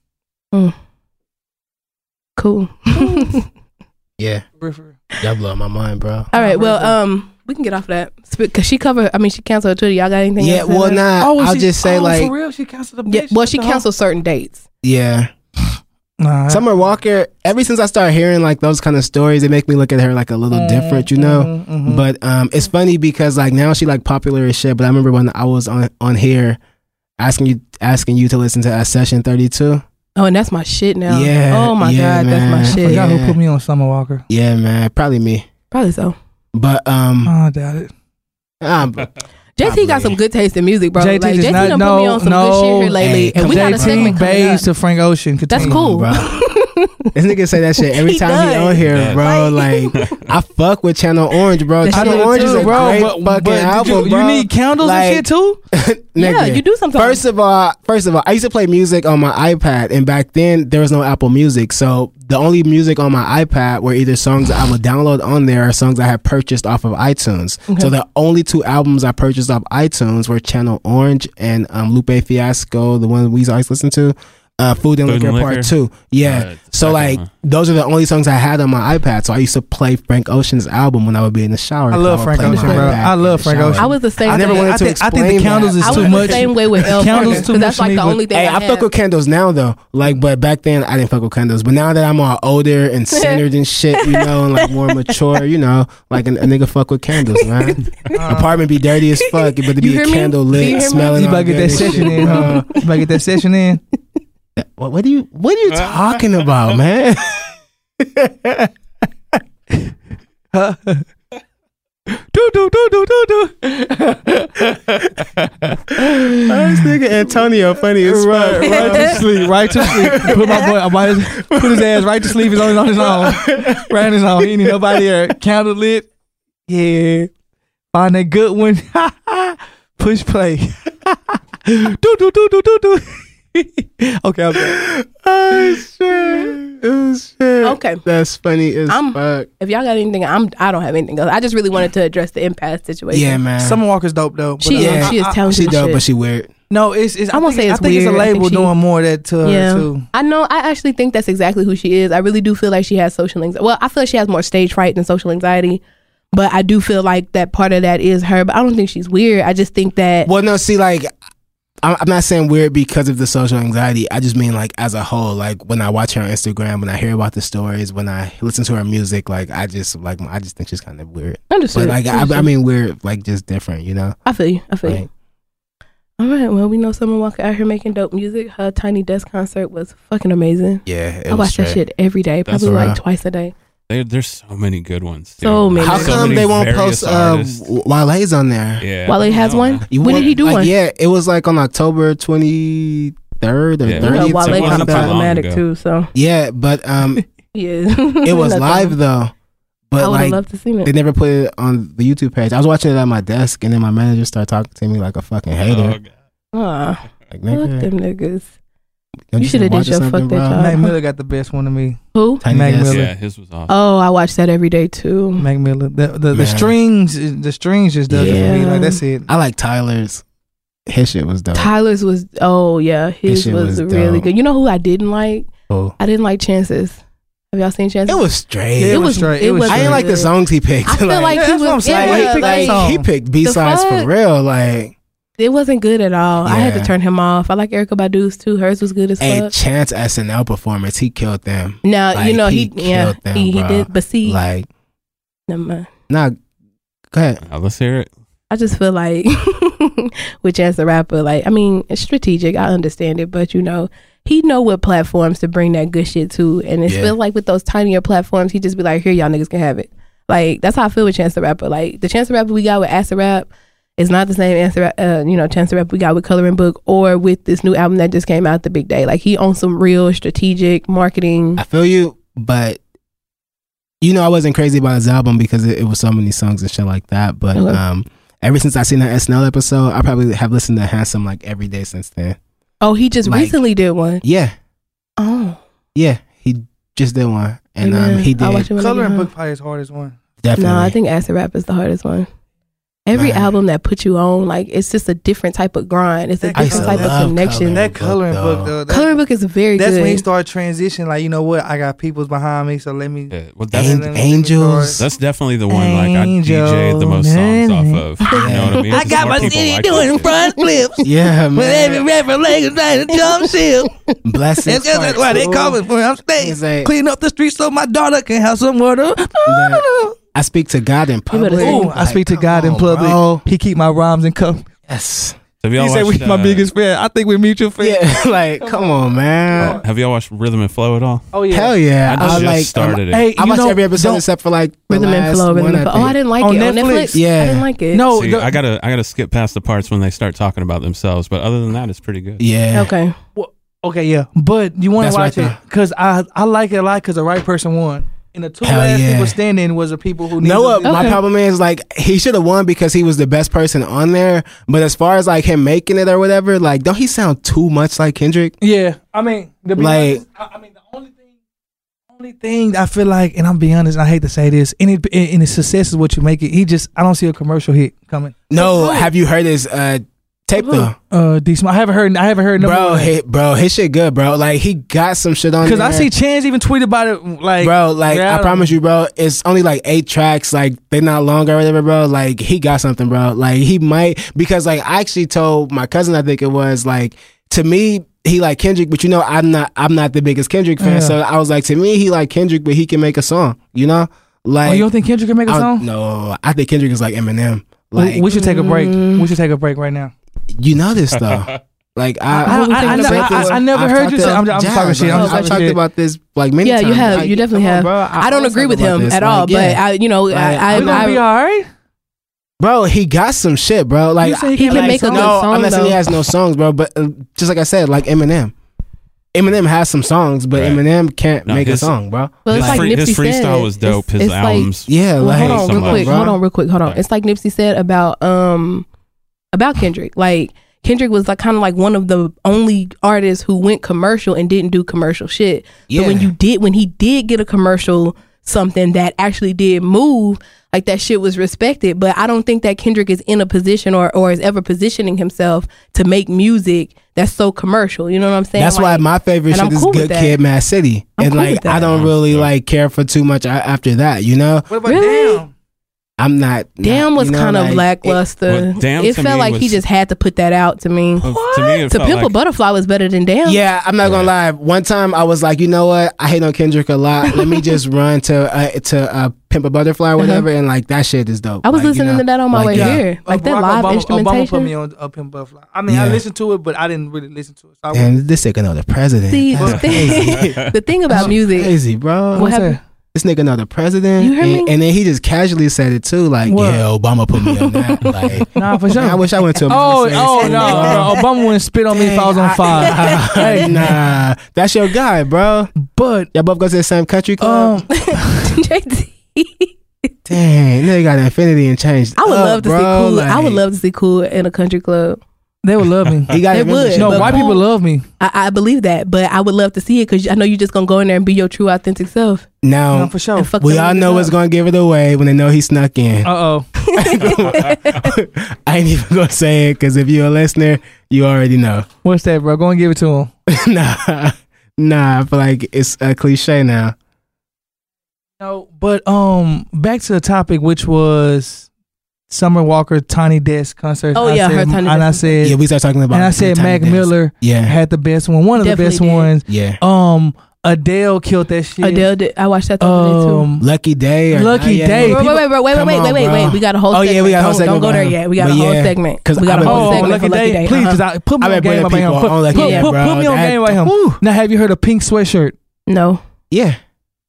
Cool. Yeah. briefer. Y'all blowing my mind, bro. All right. Not Well, really. um, we can get off of that because she covered. I mean, she canceled her Twitter. Y'all got anything? Yeah, else to well, Uh-huh. add? nah. well, I'll she- just say, oh, like, for real, she canceled the. Yeah. bitch. Well, What she the hell? canceled certain dates. yeah. Nah, Summer Walker, ever since I started hearing, like, those kind of stories, it make me look at her, like, a little Mm, different, you know? Mhm, Mm. mhm. But um, it's funny because, like, now she, like, popular as shit. But I remember when I was on, on here asking you asking you to listen to uh, Session 32. Oh, and that's my shit now. Yeah, Oh my yeah, god, man. that's my I shit. forgot yeah. who put me on Summer Walker. Yeah, man. Probably me. Probably so. But, Oh, um, I doubt it. um JT got Probably. some good taste in music, bro. JT like does JT not done put me know- on some no. good shit here lately, Hey, and we got a JT segment JT coming up. baves to Frank Ocean. Continue. That's cool. bro. this nigga say that shit every He time he does. on here, He does. bro. Like, I fuck with Channel Orange, bro. That shit Channel is Orange too, is a bro, great but- fucking but did you- album, you, bro. need candles Like- and shit too. yeah, Nigga. you do sometimes. First of all, first of all, I used to play music on my iPad, and back then there was no Apple Music, so the only music on my iPad were either songs that I would download on there or songs I had purchased off of iTunes. So the only two albums I purchased off iTunes were Channel Orange and um, Lupe Fiasco, the one we always listen to, uh, Food and Food and Liquor Liquor? Part Two. Yeah. Uh, so second like one. those are the only songs I had on my iPad. So I used to play Frank Ocean's album when I would be in the shower. I love would Frank play my Ocean, bro. iPad I in love the Frank shower. Ocean. I was the same. I never thing. wanted I to think- I think the explain candles that. is I too was much. the same way with L. Candles too because that's much like the nigga. only thing. Hey, I, I, have. fuck with candles now though. Like, but back then I didn't fuck with candles. But now that I'm all older and centered and shit, you know, and like more mature, you know, like a, a nigga fuck with candles, man. Apartment be dirty as fuck, but to You be a hear me? candle Do you hear lit, me? smelling. You all better get good that and shit, session in, huh? bro. You better get that session in. What, what are you? What are you talking about, man? Huh? do do do do do do. this nigga Antonio funny as fuck. Right, right to sleep, right to sleep. Put my boy, I might as- put his ass right to sleep. He's on his on his own, right on his own. He ain't need nobody there. Candle lit, yeah. Find that good one. Push play. do do do do do do. okay, I'm back. Oh shit! Oh shit! Okay. that's funny as I'm- fuck. If y'all got anything, I'm. I don't have anything else. I just really wanted to address the impasse situation. Yeah, man. Summer Walker's dope though. but, uh, She Yeah. is. She is talented. she as dope, shit. but she weird. No, it's, it's I won't think- say it's I think it's weird. a I think label she- doing more of that to her yeah. too. I know. I actually think that's exactly who she is. I really do feel like she has social anxiety. Well, I feel like she has more stage fright than social anxiety, but I do feel like that part of that is her. But I don't think she's weird. I just think that Well, no, see, like I- I'm not saying weird because of the social anxiety. I just mean like as a whole. Like when I watch her on Instagram, when I hear about the stories, when I listen to her music, like I just like I just think she's kind of weird. But Understood. like I, I mean weird, like just different, you know? I feel you. I feel Like, you. All right. Well, we know someone walking out here making dope music. Her Tiny Desk concert was fucking amazing. yeah, it I watch that straight. shit every day, That's probably right. like twice a day. There, there's so many good ones. Too. So many. How So come many they won't various post uh, artists. Wale's on there? Yeah. Wale has No, one. man. You when want- did he do like, one? Yeah, it was like on October 23rd or Yeah. 30th. You know, Wale It wasn't kind too of long problematic ago. too. So Yeah, but um, yeah, it was live though. I But would have like loved to see they it. never put it on the YouTube page. I was watching it at my desk, and then my manager started talking to me like a fucking hater. Oh, God. Aw, like, fuck nigga, them niggas. don't You shoulda been did your watching fuck something, that bro? job. Mac Miller got the best one to me. Who? Tiny Mac ass- Miller. Yeah, his was awesome. Oh, I watch that every day too. Mac Miller. The the, the Man. strings is- the strings just does it for me. Yeah. Like that's it. I like Tyler's. His shit was dope. Tyler's was oh yeah, his shit was, was really dope. good. You know who I didn't like? Cool. I didn't like Chances. Have y'all seen Chances? It was straight. Yeah, It it was- was straight. It it was was- I straight. didn't like the good. songs he picked. I feel like, Yeah, he that's what I'm was saying. yeah, Like, like, song. he picked B sides fuck? for real. Like, it wasn't good at all. I had to Yeah. turn him off. I like Erica Badu's too. Hers was good as a fuck. chance SNL performance, he killed them. Now you like, know he he, yeah killed them, he, he bruh. did, but see, Like, never mind. nah, go ahead. Now, let's hear it. I just feel like with Chance the Rapper, like I mean, it's strategic. I understand it, but you know, he know what platforms to bring that good shit to, and it's Yeah. feel like with those tinier platforms, he just be like, "Here, y'all niggas can have it." Like that's how I feel with Chance the Rapper. Like the Chance the Rapper we got with Acid Rap is not the same answer. Uh, you know, Chance the Rapper we got with Coloring Book or with this new album that just came out, The Big Day. Like he on some real strategic marketing. I feel you, but you know, I wasn't crazy about his album because it, it was so many songs and shit like that. But Okay. um, ever since I seen that SNL episode, I probably have listened to Handsome like every day since then. Oh, he just like- recently did one. Yeah, Oh, yeah, he just did one, and um, Amen. he I'll did watch it when I get Coloring home. book probably his hardest one. definitely. No, I think acid rap is the hardest one. Every Man. album that puts you on, like it's just a different type of grind. It's a That I different used to type love of connection. Coloring, Coloring That coloring Book, book though. though. that- book is very That's good. when he started transitioning. Like you know what? I got peoples behind me, so let me. Yeah, well, that's Ang- That's- Angels. that's definitely the one like I Angel, DJ the most songs off man. of. You know what I mean? 'Cause more people like that shit. flips. yeah, man. rapper legs trying to jump ship. Blessings. part two. when I'm staying. It's like- Clean up the streets so my daughter can have somewhere to. That- I speak to God in public. better sing. Ooh, I Like, speak to come God in on, public. bro. He keep my rhymes in cup. Yes. Have He y'all said watched, we my uh, biggest fan. I think we're mutual friends. Yeah, like come on, man. oh, Have y'all watched Rhythm and Flow at all? Oh yeah. um, Hell yeah! I just, like just started Hey, it. I you watched know, every episode don't- except for like the Rhythm and last flow, rhythm one, and flow. I Oh, I think. didn't like On it on Netflix? Netflix. Yeah. I didn't like it. No, See, oh, the- I gotta I gotta skip past the parts when they start talking about themselves, but other than that, it's pretty good. Yeah. Okay. Okay, yeah, but you want That's to watch right it because I I like it a lot because the right person won, and the two Hell last yeah. people standing was the people No, who needed uh, to my Okay. problem is like he should have won because he was the best person on there. But as far as like him making it or whatever, like don't he sound too much like Kendrick? be- Yeah, I mean, to be Like- honest, I, I mean the only thing, only thing I feel like, and I'm being honest, and I hate to say this, and it and his success is what you make it. He just I don't see a commercial hit coming. No, have you heard his uh, tape though, Uh, D Smile, I haven't heard, I haven't heard no bro? He, bro, his shit good, bro. Like he got some shit on. because I there. see Chance even tweet about it, like Bro, like yeah, I I don't- promise you, bro, it's only like eight tracks. Like they're not long or whatever, bro. Like he got something, bro. Like he might because like I actually told my cousin, I think it was like to me he like Kendrick, but you know I'm not I'm not the biggest Kendrick fan. Yeah. So I was like to me he like Kendrick, but he can make a song. You know, oh, like you don't think Kendrick can make a I- song? no, I think Kendrick is like Eminem. Like we, we should take a break. We should take a break right now. you know this though. Like I, I. don't I, I, think I, about I- this. I never I've heard talked you to say. I'm, I'm Jazz, talking shit. like, I'm Oh, just I've talking talked shit. about this like many Yeah, you times. have. Like, You definitely come on, have. bro. I don't always agree talk with about him this. at Like, all, but yeah. I, you know, Like, I, I, we gonna be I, all right. Bro, he got some shit, bro. Like You say he He can like make a songs? good no, song unless though. he has no songs, bro. But uh, just like I said, like Eminem, Eminem has some songs, but Right. Eminem can't No, make his- a song, bro. Well, it's his, like free- his Nipsey freestyle said. was dope. It's- his it's like- albums, Yeah, Well, like hold on, real somebody. quick. bro. Hold on, real quick. Hold on. Right. It's like Nipsey said about um about Kendrick. Like Kendrick was like kind of like one of the only artists who went commercial and didn't do commercial shit. Yeah. But when you did, when he did get a commercial, something that actually did move, like that shit was respected. But I don't think that Kendrick is in a position or or is ever positioning himself to make music that's so commercial. You know what I'm saying? That's Like, why my favorite and I'm shit is cool with Good that. Kid, Mad City, I'm and cool with like that. I don't really like care for too much a- after uh, that, you know. What about Really? damn? I'm not. Damn not- was you know, kind of like, lackluster. Well, Damn it to felt me like he was- just had to put that out to me. Well, To me, it To felt Pimp a like, Butterfly was better than Damn. Yeah, I'm not gonna lie. One time I was like, you know what? I hate on Kendrick a lot. Let me just run to uh, to uh, Pimp a Butterfly or whatever, and like that shit is dope. Uh-huh. I was Like, you listening know, to that on my like, way yeah. here. Like that Barack live Obama, Obama instrumentation. put me on uh, Pimp Butterfly. I mean, I Yeah. listened to it, but I didn't really listen to it. So I wouldn't- And this nigga know the president. See, That's the crazy. thing, the thing about music, crazy, bro. what happened? This nigga know the president. You hear and, me? and then he just casually said it too, like, What? yeah, Obama put me on that. Like, Nah, for sure. man, I wish I went to a Oh, movie set. oh no, no, Obama wouldn't spit on me if I was on fire. Hey, nah, that's your guy, bro. but Y'all both go to the same country club. um, JT. Dang, nigga got infinity and changed. I would up, love to bro. see Cool. I would Like, love to see Cool in a country club. they would love me. He got They would, No, but white Cool- people love me. I, I believe that, but I would love to see it because I know you're just gonna go in there and be your true authentic self. No, Now for sure. Uh and fuck we them all know niggas what's up. gonna give it away when they know he snuck in. oh, I ain't even gonna say it because if you're a listener, you already know. what's that, bro? Go and give it to him. nah, nah. I feel like it's a cliche now. No, but um, back to the topic, which was Summer Walker, Tiny Desk concert. Oh, I yeah, said, her Tiny and I Desk said, Yeah, we started talking about. and I the said time Mac it is. Miller Yeah, had the best one, one of the Definitely best did. ones. yeah. Um, Adele killed that shit. Adele, did, I watched that the other day too. um, Lucky day. Or Lucky Kanye. Day. Wait, wait, wait, wait, wait, wait, come wait, on, wait, bro. wait. We got a whole. Oh, yeah, segment. we got a whole Don't- segment Don't go there about him. yet. We got But a whole yeah, segment. 'cause We got I a been- whole Oh, segment Lucky for Lucky Day, Day. please, Uh-huh. 'cause I put me I've on been game putting about him. people Put, on like put, that, put, bro. put me on That- game about him. Woo. Now, have you heard of Pink Sweatshirt? No, Yeah,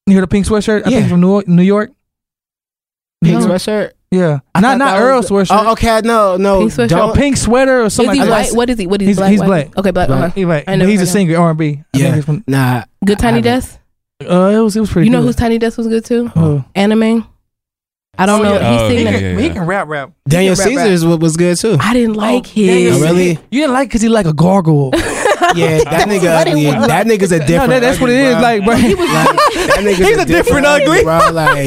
You heard of Pink Sweatshirt? I Yeah. think from New York. New York. pink No. sweatshirt. Yeah, I not thought not that Earl was the- Sweatshirt. Oh, okay. No, no. Pink sweatshirt? No, don't- pink sweater or is something he like white? that. What is he? What is he? He's- black? he's White? black. Okay, black. Black. uh-huh. He right. I never He's a heard of singer, R and B. Yeah. Think it's from, Nah, Good I Tiny haven't. Desk. uh, it was it was pretty. You know good. who's Tiny Desk was good too? Who? Anime. I don't Oh, know. yeah. He's Oh, singing. yeah, it. yeah, yeah. He can rap, rap. Daniel Rap, rap. Caesar's wa- was good too. I didn't like Oh, Daniel his. Oh, really? Caesar. You didn't like because he like a gargoyle. Yeah, that nigga what it ugly. was. That nigga's a different. no, that, that's what ugly, it is. bro. Like, bro, Like, that nigga's He's a different ugly. bro. Like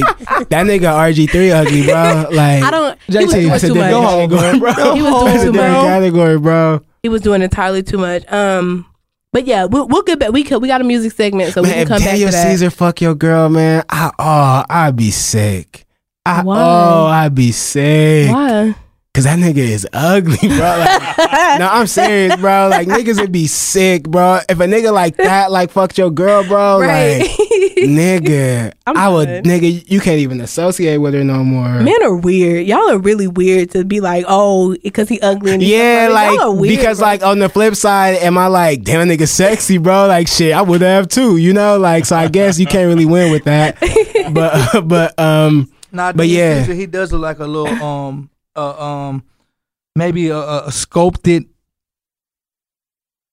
that nigga RG three ugly, bro. Like I don't. He was JT, doing that's a too different much. category, bro. He was doing That's a too different much. category, bro. He was doing entirely too much. Um, but yeah, we'll, we'll get back. We could, we got a music segment, so we Man, can if come back to Daniel that. Caesar fuck your girl, man, I oh I'd be sick. I, Why? oh, I'd be sick. Why? Cause that nigga is ugly, bro. Like, no, I'm serious, bro. Like niggas would be sick, bro. If a nigga like that, like fucked your girl, bro. Right. Like nigga, I'm I would, good. nigga. You can't even associate with her no more. Men are weird. Y'all are really weird to be like, oh, because he ugly. And he Yeah, fuck my- like y'all are weird, because bro. like on the flip side, am I like damn that nigga sexy, bro? Like shit, I would have too, you know. Like so, I guess you can't really win with that. But but um, Nah, But Daniel yeah. Caesar, he does look like a little um uh, um maybe a, a, a sculpted.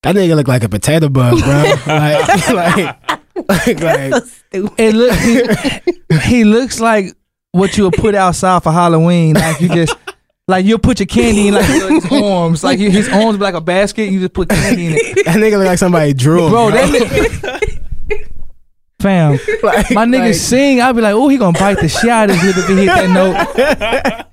that nigga look like a potato bug, bro. like like like, like so stupid. It look he, he looks like what you would put outside for Halloween. Like you just like you'll put your candy in like his arms. Like you, his arms be like a basket. You just put candy in it, that nigga look like somebody drew him, bro. That nigga. Fam, Like- my nigga like- sing. I be like, oh, he gonna bite the shit out of you if he hit that note.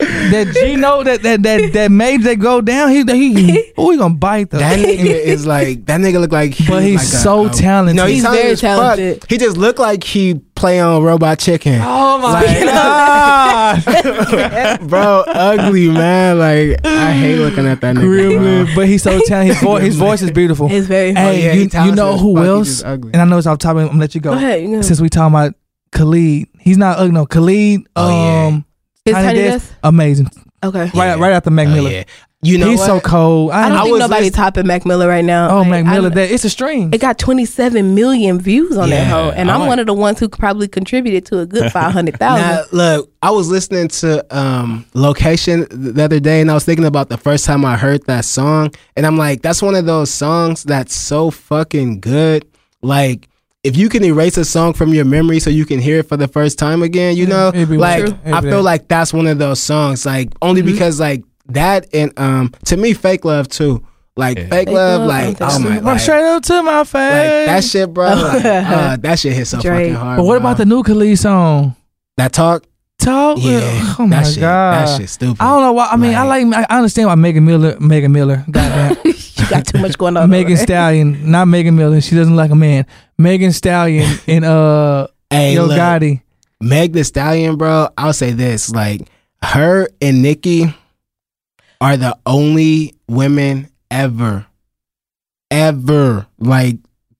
That G note that that that that made that go down. He he. Oh, he gonna bite the. That nigga is like that nigga look like he But he's like a- so a- talented. No, he's, He's talented very as fuck. talented. He just look like he play on Robot Chicken. Oh my Like- god! Bro, ugly man. Like I hate looking at that nigga. bro. Gremlin, but he's so talented. His, vo- his voice is beautiful. It's very. Hey, Oh, yeah, you, he you talented know as who fuck, he else? just ugly. And I know it's off topic. I'm gonna let you go. Go ahead. You know. Since we talking about Khalid, he's not ugly. No, Khalid. Oh, yeah. um, His Tiny Tiny Desk, Desk? amazing. Okay. Yeah. Right, right after Mac Oh, Miller. yeah. You know he's what? so cold. I I, don't I think was nobody list- topping Mac Miller right now. oh, Like, Mac I- Miller, that it's a stream. It got 27 million views on that Yeah, hoe, and I I'm like- one of the ones who probably contributed to a good 500,000. Now, look, I was listening to um, Location the other day, and I was thinking about the first time I heard that song, and I'm like, that's one of those songs that's so fucking good. Like, if you can erase a song from your memory so you can hear it for the first time again, you know, it'd be like true. I It'd be- feel like that's one of those songs. Like only Mm-hmm. because like that and um to me, fake love too. Like fake, Fake love, Love, like I'm oh my, I'm like, straight up to my face. like, that shit, bro. like, uh, that shit hit so Drake. fucking hard. but what bro. about the new Khalid song? that talk? Talk. Yeah, Oh my that shit, god. that shit stupid. I don't know why. I mean, I like. I understand why Megan Miller. Megan Miller. Goddamn. you got too much going on. Megan over there. Stallion, not Megan Miller. She doesn't like a man. Megan Stallion and uh Hey, Yo look, Gotti. Meg the Stallion, bro, I'll say this. Like, her and Nikki are the only women ever, ever, like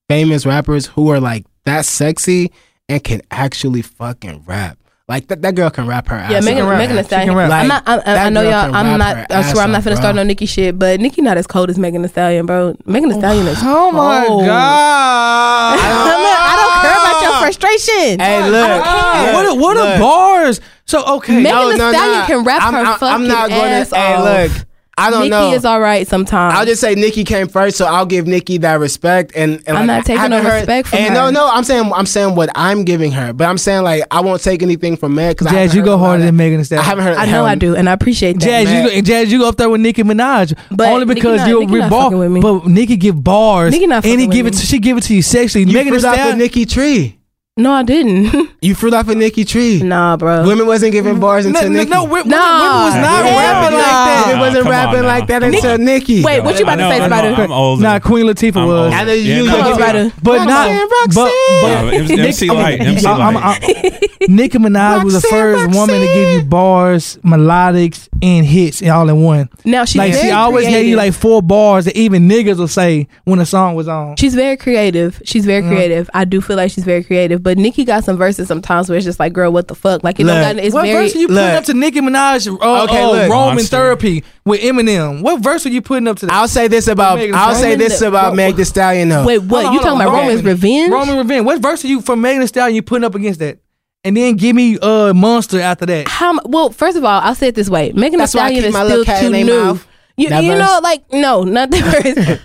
famous rappers who are like that sexy and can actually fucking rap. Like that, that girl can rap her ass. Yeah, off. Megan, rap. Megan Thee She can Stallion. rap. I'm not. I, I, I that know girl y'all. can I'm rap not. her I'm ass sure I'm not off, finna start no bro. Nicki shit, but Nicki not as cold as Megan Thee Stallion, bro. Megan Thee Stallion is. Oh my cold. god! Ah. I'm not- I don't care about your frustration. Hey, look. care. look, What a, what a look. bars! So okay, Megan Thee Stallion can rap her fucking gonna- ass Hey, off. look, I don't Nicki know. is all right sometimes. I'll just say Nikki came first, so I'll give Nikki that respect. And, and I'm like, not taking having no respect from and her. No, no, I'm saying I'm saying what I'm giving her, but I'm saying like I won't take anything from Meg because Jazz, you go harder than Megan Thee I Stallion. haven't heard. I know hell, I do, and I appreciate that. Jazz, you Man. go, and Jazz, you go up there with Nicki Minaj, But only Nicki because not- you're Nicki not bar, fucking with me. but Nicki give bars, Nicki not and he fucking give it, with to, me. she give it to you sexually. You Megan Thee fruit off the Stallion, Nikki tree. No, I didn't. You fruit off a Nikki tree. nah, bro. Women wasn't giving bars no, until no, Nikki. no, women, women Nah. was not Hell rapping no. like that. Nah, It wasn't come on rapping now. like that until Nikki. Wait, what you about I know, to say, I know, Spider? I'm older. Nah, Queen Latifah I'm was. older. Now that you look Yeah, Come no, on, I'm- Ryder. But not, Roxanne, but, Yeah, but but it was MC Light. MC I- I'm- Light. I- Nicki Minaj was the Roxanne, first woman to give you Roxanne. bars, melodics, and hits and all in one. Now she's like very she always creative. gave you like four bars that even niggas will say when the song was on. She's very creative. She's very Uh-huh. creative. I do feel like she's very creative. But Nikki got some verses sometimes where it's just like, girl, what the fuck? Like, it Look, don't got, it's what very. verse are you putting look. up to Nicki Minaj? Uh, Okay, uh, look. Roman Monster. therapy with Eminem. What verse are you putting up to? That? I'll say this about Megan Thee I'll say Stallion. this about What- Meg Thee Stallion though. wait, what? Hold on, you hold talking on, about Roman. Roman's Revenge? Roman Revenge. What verse are you from Megan Thee Stallion you putting up against that? And then give me uh monster after that. How, m- well, first of all, I'll say it this way Megan Thee That's why I Stallion keep is my little still cat too in they new. mouth. You, That you verse? know, like, no, not the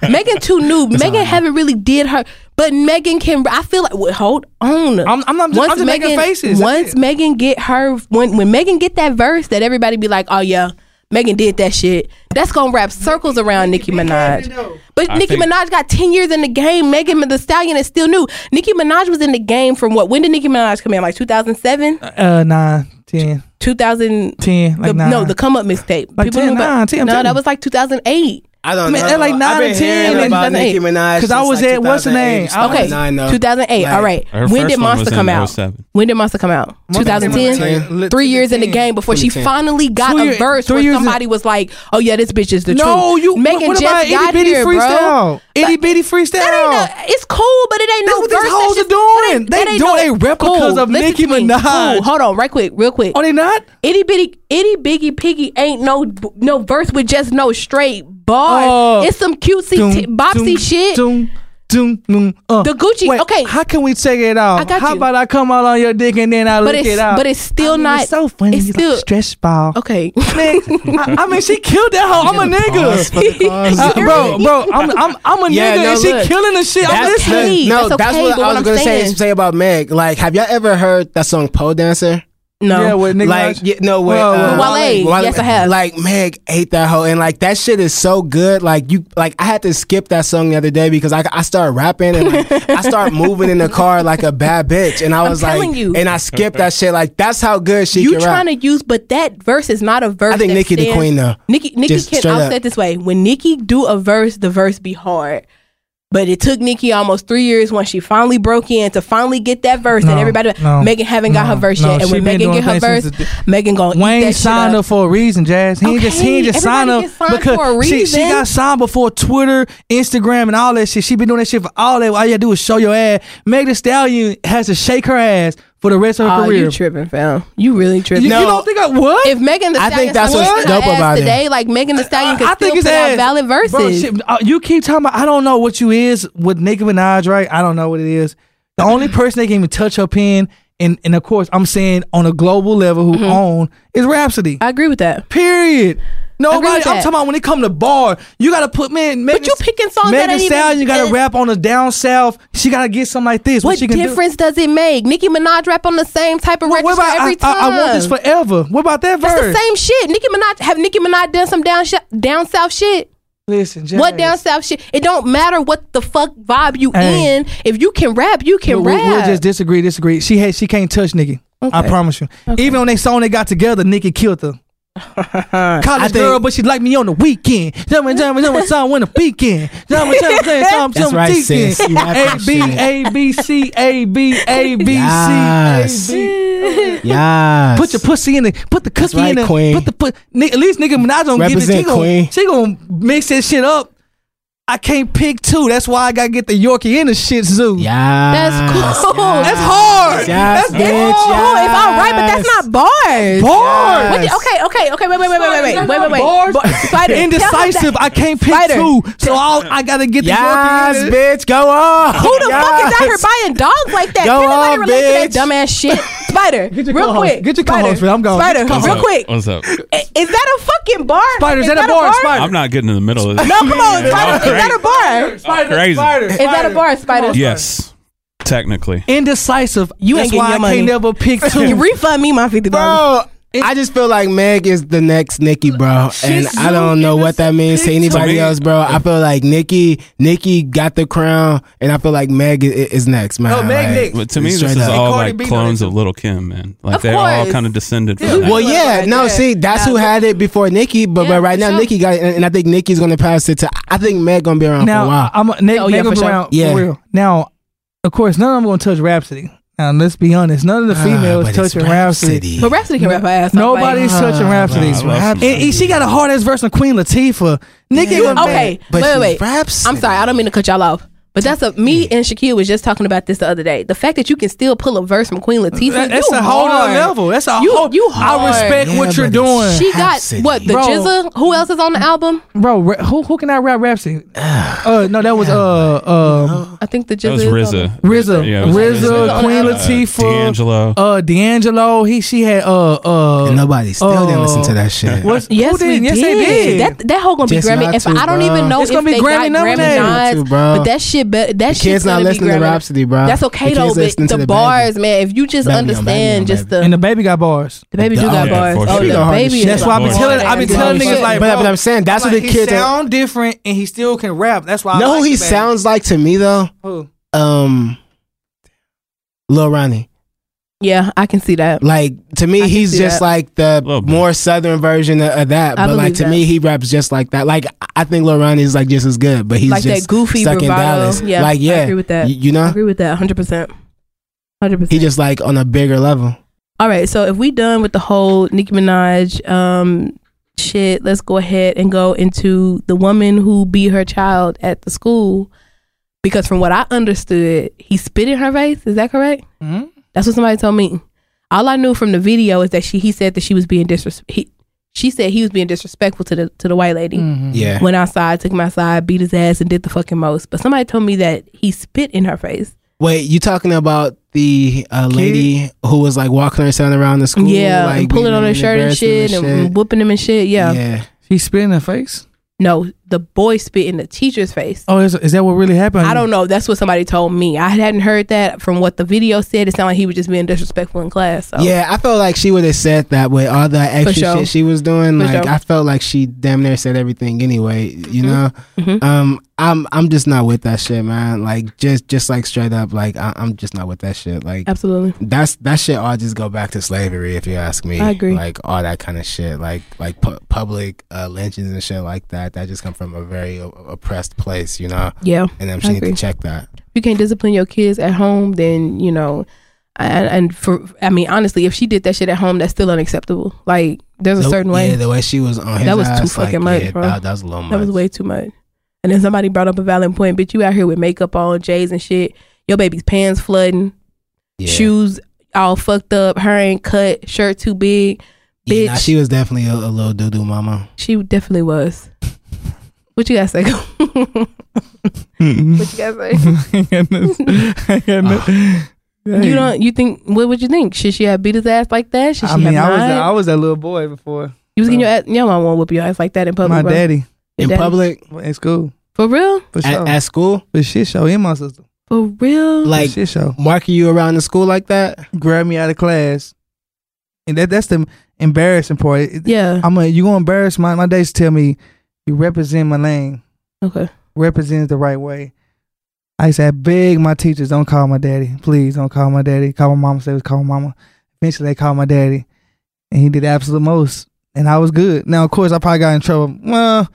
verse. Megan too new. Megan haven't really did her, but Megan can, I feel like, wait, hold on. I'm- I'm- I'm just- I'm just making faces. That's Once it. Megan get her, when, when Megan get that verse that everybody be like, oh yeah, Megan did that shit. That's gonna wrap circles around Nicki Minaj. But I Nicki think- Minaj got 10 years in the game. Megan the Stallion is still new. Nicki Minaj was in the game from what? When did Nicki Minaj come in? Like 2007? Uh nine, ten, 2000 ten, like the- nine. no, the come up mixtape. Like 10, knew about- nine, 10, I'm no, telling you. that was like 2008. I don't I mean, know. at like nine I've been and ten, hearing and about then- Nicki Minaj 'Cause I since, was like at- what's her 2008, name? I was- Okay, 2009 though. 2008. Like, All right. Her when first did one Monster was in come out? 07. When did Monster come out? 2010. Like, Three years in the 2010. game before she 2010. finally got Two a year- verse three where years in- somebody was like, "Oh yeah, this bitch is the truth." No, you. Megan what, what just about got itty bitty here, freestyle? bro. Itty Like, bitty That freestyle. ain't no, it's cool, but it ain't That's no what these verse. That's hoes just- are doing. that ain't- that They ain't doing they replicas Cool. of Listen Nicki to me. Minaj. Oh, Cool. Hold on, right quick, real quick. Are they not? itty bitty itty biggie piggy ain't no no verse with just no straight bar. Oh. it's some cutesy t- bopsy doom, shit. doom, doom, doom, uh. The Gucci- Wait, okay. How can we check it out? I got how you. about I come out on your dick and then I But lick it's- it out? but it's still I mean, not- It's so funny. it's you still- like stress ball. Okay. Man, I, I mean, she killed that hoe. I'm a Pause nigga. for the cause. Uh, bro, bro, I'm I'm I'm a Yeah, nigga no, and she look. killing the shit. I'm That's- listening. hey, Look, no, that's that's okay, what but I what was I'm gonna say saying- say about Meg. Like, have y'all ever heard that song Pole Dancer? No. Yeah, with Nicki like, Minaj. yeah, no, with, Well, uh, well, Wale. Yes, I have. Like, Meg ate that hoe, and like that shit is so good. Like, you, like, I had to skip that song the other day because I, I started rapping and like, I started moving in the car like a bad bitch, and I was telling like, you. and I skipped that shit. Like, that's how good she you can rap. trying to use, but that verse is not a verse. I think that Nicki the stands- queen, though. Nicki, Nicki Just can. straight I'll up. say it this way: when Nicki do a verse, the verse be hard. But it took Nicki almost three years when she finally broke in to finally get that verse that No, everybody. no, Megan haven't got her no, verse no, yet, and she when been Megan doing get her things verse, since the- Megan gonna eat Wayne that signed shit up up. for a reason, Jazz. He ain't just he ain't Okay, just signed everybody up gets signed because for a she, she reason. got signed before Twitter, Instagram, and all that shit. She been doing that shit for all that. All you gotta do is show your ass. Meg Thee Stallion has to shake her ass for the rest of her Oh, career. you tripping, fam? You really tripping? You- you No. don't think I what? if Megan the I Stallion think that's slapped what's her dope ass about it. today, like Megan the Stallion could still put out ass. valid verses. Bro, shit, uh, you keep talking about. I don't know what you is with Nicki Minaj, right? I don't know what it is. The only person that can even touch her pen, and and of course, I'm saying on a global level, Mm-hmm. who own is Rhapsody. I agree with that. Period. Nobody. Agree I'm with that. talking about when it come to bar. You gotta put man. Megan, you picking songs that Megan ain't even- Stallion. You gotta uh, rap on the down south. She gotta get something like this. What she can do. difference does it make? Nicki Minaj rap on the same type of What register about every I, time. I, I want this forever. What about that That's verse? the same shit. Nicki Minaj have Nicki Minaj done some down sh- down south shit. Listen, Jazz. What down south shit? It don't matter what the fuck vibe you Hey. in. If you can rap, you can we, rap. will just disagree, disagree. She had, she can't touch Nikki. I Okay. promise you. Even when they song they got together, Nikki killed her. College think- girl, but she liked me on the weekend. Jumma jumma jumma song when the weekend. Jumma jumma jumma song That's jumma right, weekend. sis. You rapping A B shit. A B C A B A B C A Yes. B. Yeah. Put your pussy in the put the cookie right, in the Queen. put the put. Ni- at least nigga Minaj don't get it. She Represent, gon' Queen. she gon' mix that shit up. I can't pick two. That's why I gotta get the Yorkie in the shit zoo. Yeah. That's cool. That's hard. Yes, that's bitch, yes. hard. Oh, it's all right, but that's not bars. Hard. What the- okay, okay, okay. Wait, wait, wait, wait, wait, wait, wait, wait, wait. Bars. Bar- Spider, tell him Indecisive. that- I can't pick Spider. two. So I'll, I gotta get the Yes, Yorkie in. it. bitch, go on. Who the fuck is out here Yes. buying dogs like that? Go Can anybody on, relate to that bitch. dumbass shit? Spider, Get your real co-host. quick. Get your Spider, co-host, man. I'm going. Spider, Get your real What's up? quick. What's up? I- Is that a fucking bar? Spider, is that a bar, Spider? I'm not getting in the middle of this. No, come on, Yeah, Spider. I'm Is that a bar? Spider, Crazy. Spider, Is that a bar, Spider? Yes, technically. Indecisive. You That's ain't getting why your I money. can't never pick You two. refund me my fifty dollars. Bro, Oh, I just feel like Meg is the next Nikki, bro, and I don't know what that means to To anybody me- else, bro. I feel like Nikki, Nikki got the crown, and I feel like Meg i- is next, man. Oh, Meg Like, next. But to me, straight this is up. all Cardi like B know clones that of Little Kim, man. Like Of they're all course. kind of descended Yeah. from that. Well, Like, yeah, like no, that. see, that's who Nah, had it before Nikki, but, Yeah, but right for now sure. Nikki got it, and, and I think Nikki's gonna pass it to. I think Meg gonna be around for a Now while. I'm Nick, Oh, oh, yeah, Nick for was sure. around Yeah. for real. Now, of course, none of them gonna touch Rhapsody. Now let's be honest, none of the Ah, females but it's touching Rhapsody. But Rhapsody can rap her ass. off, Nobody's like- uh-huh. touching Ah, Rhapsody. nah, I love and, some and she got a hard ass verse on Queen Latifah. Nigga, You- gonna- okay, But wait, she's wait. Rhapsody. Mm. I'm sorry, I don't mean to cut y'all off. But that's a me and Shaquille was just talking about this the other day. The fact that you can still pull a verse from Queen Latifah, that- that's you a whole hard. other level. That's a You- whole. you I respect hard. what Yeah, you're but it's- doing, She got Rhapsody. what the Bro. Jizza. Who else is on the album? bro. ra- Who who can I rap Rhapsody? uh, no, that was uh uh I think the That Jizza was is on RZA. RZA, Yeah, it was RZA, RZA. Queen Uh, Latifah, D'Angelo. uh D'Angelo. He she had uh uh And nobody still didn't listen to that shit. Oh. What's, Yes, who did? we yes, did. they did. That that whole gonna Just be Grammy. not If to, I don't bro. even know It's if gonna be they got Grammy Grammy nominated. Not to, nods, bro. but that shit, be, that shit's Uh, Kids not gonna be listening to Grammy. Rhapsody, bro. That's okay The though, kids but listening the, to the baby. bars, man. If you just Baby on baby understand, on just baby. the and the baby got bars. the baby do Oh, got yeah, bars. for Oh, sure. the She the baby. hardest is shit. That's why I be Lord. telling I be That's telling the niggas shit. like, But- bro, but I'm saying that's what like, the he kids are- sound different and he still can rap. That's why. I know like who he the baby. sounds like to me though? Who? Um, Lil Ronnie. Yeah, I can see that. Like to I me, can he's see just that. like the Little bit. more southern version of, of that. I but like believe to that. me, he raps just like that. Like I think Lil Ronnie is like just as good, but he's Like just that goofy stuck in bravado. Dallas. Yeah, like I yeah, agree with that. y- you I know, agree with that 100%. 100%. he just like on a bigger level. All right, so if we done with the whole Nicki Minaj um, shit, let's go ahead and go into the woman who beat her child at the school. Because from what I understood, he spit in her face. Is that correct? Mhm. That's what somebody told me. All I knew from the video is that she he said that she was being disrespectful. He, she said he was being disrespectful to the to the white Mm. lady. Mm-hmm. Yeah, Went outside, took him outside, beat his ass, and did the fucking most. But somebody told me that he spit in her face. Wait, you talking about the uh, lady who was like walking herself around the school? yeah, like, and pulling beating on him her and shirt and embarrassing shit, and, whooping him and shit. yeah. He spit in the face. No, the boy spit in the teacher's face. Oh, is, is that what really happened? I don't know. That's what somebody told me. I hadn't heard that from what the video said. It sounded like he was just being disrespectful in class. So. Yeah, I felt like she would have said that with all the extra sure. shit she was doing. For like sure. I felt like she damn near said everything anyway. You know, Mhm. um, I'm I'm just not with that shit, man. Like just just like straight up, like I, I'm just not with that shit. Like absolutely. that's that shit. All just go back to slavery if you ask me. I agree. Like all that kind of shit, like like pu- public uh, lynchings and shit like that. That just come from a very o- oppressed place, you know. Yeah. And um, she I need agree. to check that. If you can't discipline your kids at home, then you know. And, and for I mean, honestly, if she did that shit at home, that's still unacceptable. Like, there's a The- certain way. Yeah, the way she was on his That was too ass, like, fucking much, yeah, bro. That, that was a little much. That was way too much. And then somebody brought up a valid point. Bitch, you out here with makeup on, J's and shit. Your baby's pants flooding, Yeah. shoes all fucked up, her ain't cut, shirt too big. Yeah, nah, bitch. she was definitely a, a little doo doo mama. She definitely was. What you gotta say? what you gotta say? Ah. You don't? You think? What would you think? Should she have beat his ass like that? Should she I mean, have I was not? I was that little boy before. you was getting your ass, your mom won't whoop your ass like that in public. My bro. daddy Your In daddy- public, in school for real, for sure. at, at school, for shit show, and my sister. for real. For like shit show, marking you around the school like that. grab me out of class, and that that's the embarrassing part. It- yeah. I'm a, you gonna embarrass my my days. Tell me you represent my lane, Okay. represent the right way. I used to beg my teachers, don't call my daddy, please don't call my daddy. Call my mama, say was call my mama. Eventually, they called my daddy, and he did the absolute most, and I was good. Now, of course, I probably got in trouble. Well,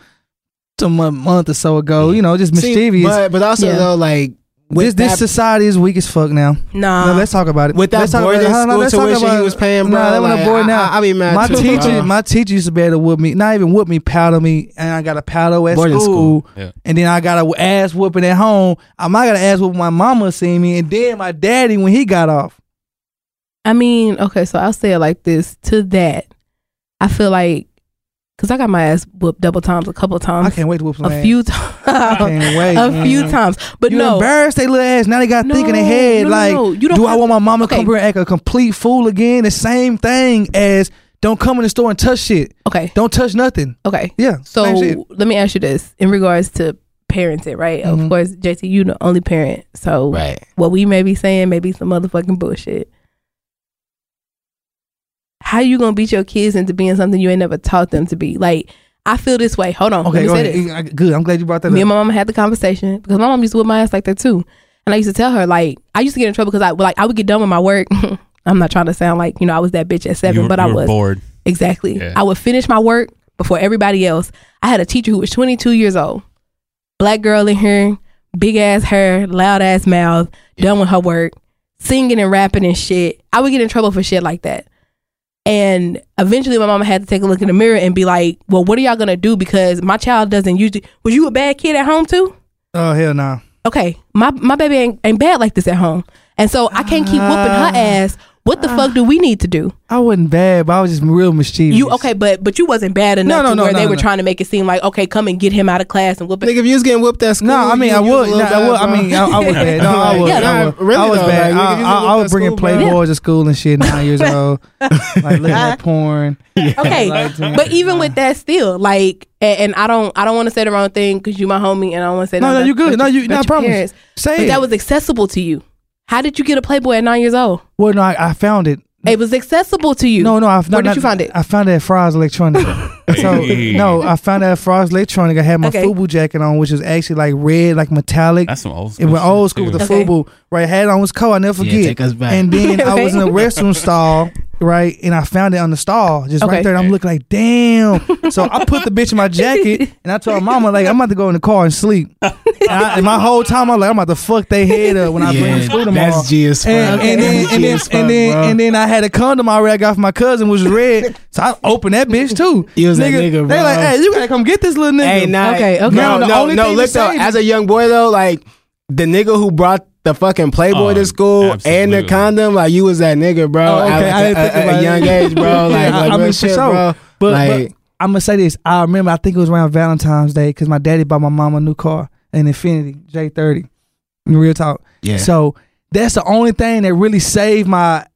some month, month or so ago, you know, just See, mischievous. but but also Yeah. though, like This, With this that- Uh, society is weak as fuck now. Nah. no, let's talk about it. With that let's talk about boarding it. Hold on, school let's talk tuition about he it. was paying, bro, Nah, that like, wasn't bored I- now. I- I be mad My too, teacher, bro. my teacher used to be able to whoop me, not even whoop me, paddle me, and I got a paddle at Boarding school, school. Yeah. and then I got a ass whooping at home. I might got an ass whooping my mama seeing me, and then my daddy when he got off. I mean, okay, so I'll say it like this to that. I feel like, because I got my ass whooped double times, a couple of I times, can't wait to whoop some Um, a ass. few I times. can't wait. A few man. times, but you no, embarrassed they little ass. Now they got No, thinking ahead no, no, like, no. You don't do I have want to- my mama to okay. come here and act a complete fool again? The same thing as don't come in the store and touch shit. okay, Don't touch nothing. okay. Yeah. same shit. So let me ask you this in regards to parenting, right? Mhm. Of course, JT, you the only parent, so Right. what we may be saying may be some motherfucking bullshit. How you gonna beat your kids into being something you ain't never taught them to be? Like I feel this way. Hold on, um, let okay, me go say ahead. this. I- good. I'm glad you brought that Me up. and my mom had the conversation because my mom used to whip my ass like that too, and I used to tell her like I used to get in trouble because I like I would get done with my work. I'm not trying to sound like you know I was that bitch at seven, you were, but you I were was bored. exactly. Yeah. I would finish my work before everybody else. I had a teacher who was 22 years old, black girl in here, big ass hair, loud ass mouth, done with her work, singing and rapping and shit. I would get in trouble for shit like that. And eventually, my mama had to take a look in the mirror and be like, "Well, what are y'all gonna do? Because my child doesn't usually. Was you a bad kid at home too? Oh hell no. Okay, my my baby ain't, ain't bad like this at home, and so I can't keep whooping her ass. What the fuck do we need to do? I wasn't bad, but I was just real mischievous. You okay? But but you wasn't bad enough no, to no, where no, they no, were no. trying to make it seem like okay, come and get him out of class and whoop it. Nigga, if you was getting whooped at school, No, I mean you- I you was would. a little No, I would. bad, I mean I, I was bad. No, I was. Yeah, I nah, was, really I was though, bad. like, nigga, I, you I, was I at was bringing school, bro. Playboys to school and shit. Nine years old, like looking at porn. Okay, Like, damn. but even with that, still like, and, and I don't I don't want to say the wrong thing because you my homie, and I don't want to say No, nothing no, you about- good. about No, your- you- about no, I your promise. parents. Say But it. that was accessible to you. How did you get a Playboy at nine years old? well, no, I, I found it. It was accessible to you. No, no, I Where did you find it? I found it at Frost Electronica. so Hey. no, I found it at Frost Electronica. I had my Okay. FUBU jacket on, which was actually like red, like metallic. That's some old It school. went old school shit, with the too. Okay. FUBU. Right, had it on was cold. I never Yeah, forget. take us back. And then I was in a restroom stall, right, and I found it on the stall, just right Okay. there. And I'm looking like, damn. So I put the bitch in my jacket, and I told mama like, I'm about to go in the car and sleep. And, I, and my whole time I'm like, I'm about to fuck their head up when I bring them to school tomorrow. That's G as fuck. And, and then and then and then, and then I had a condom already I got from my cousin which was red, so I opened that bitch too. You was that nigga, They bro. like, hey, you gotta come get this little nigga. Hey, nah. Okay, okay. No, Now, the no, only no. thing Look to though, say- as a young boy though, like the nigga who brought the fucking Playboy Oh, to school and absolutely. the condom, like you was that nigga, bro. Oh, okay, at- I didn't at- think at about a it. young age, bro. Like, Yeah, I- like I real mean, for shit, sure. bro. But, like, but I'm gonna say this. I remember. I think it was around Valentine's Day because my daddy bought my mom a new car, an Infinity J30. Real talk. yeah. So that's the only thing that really saved my.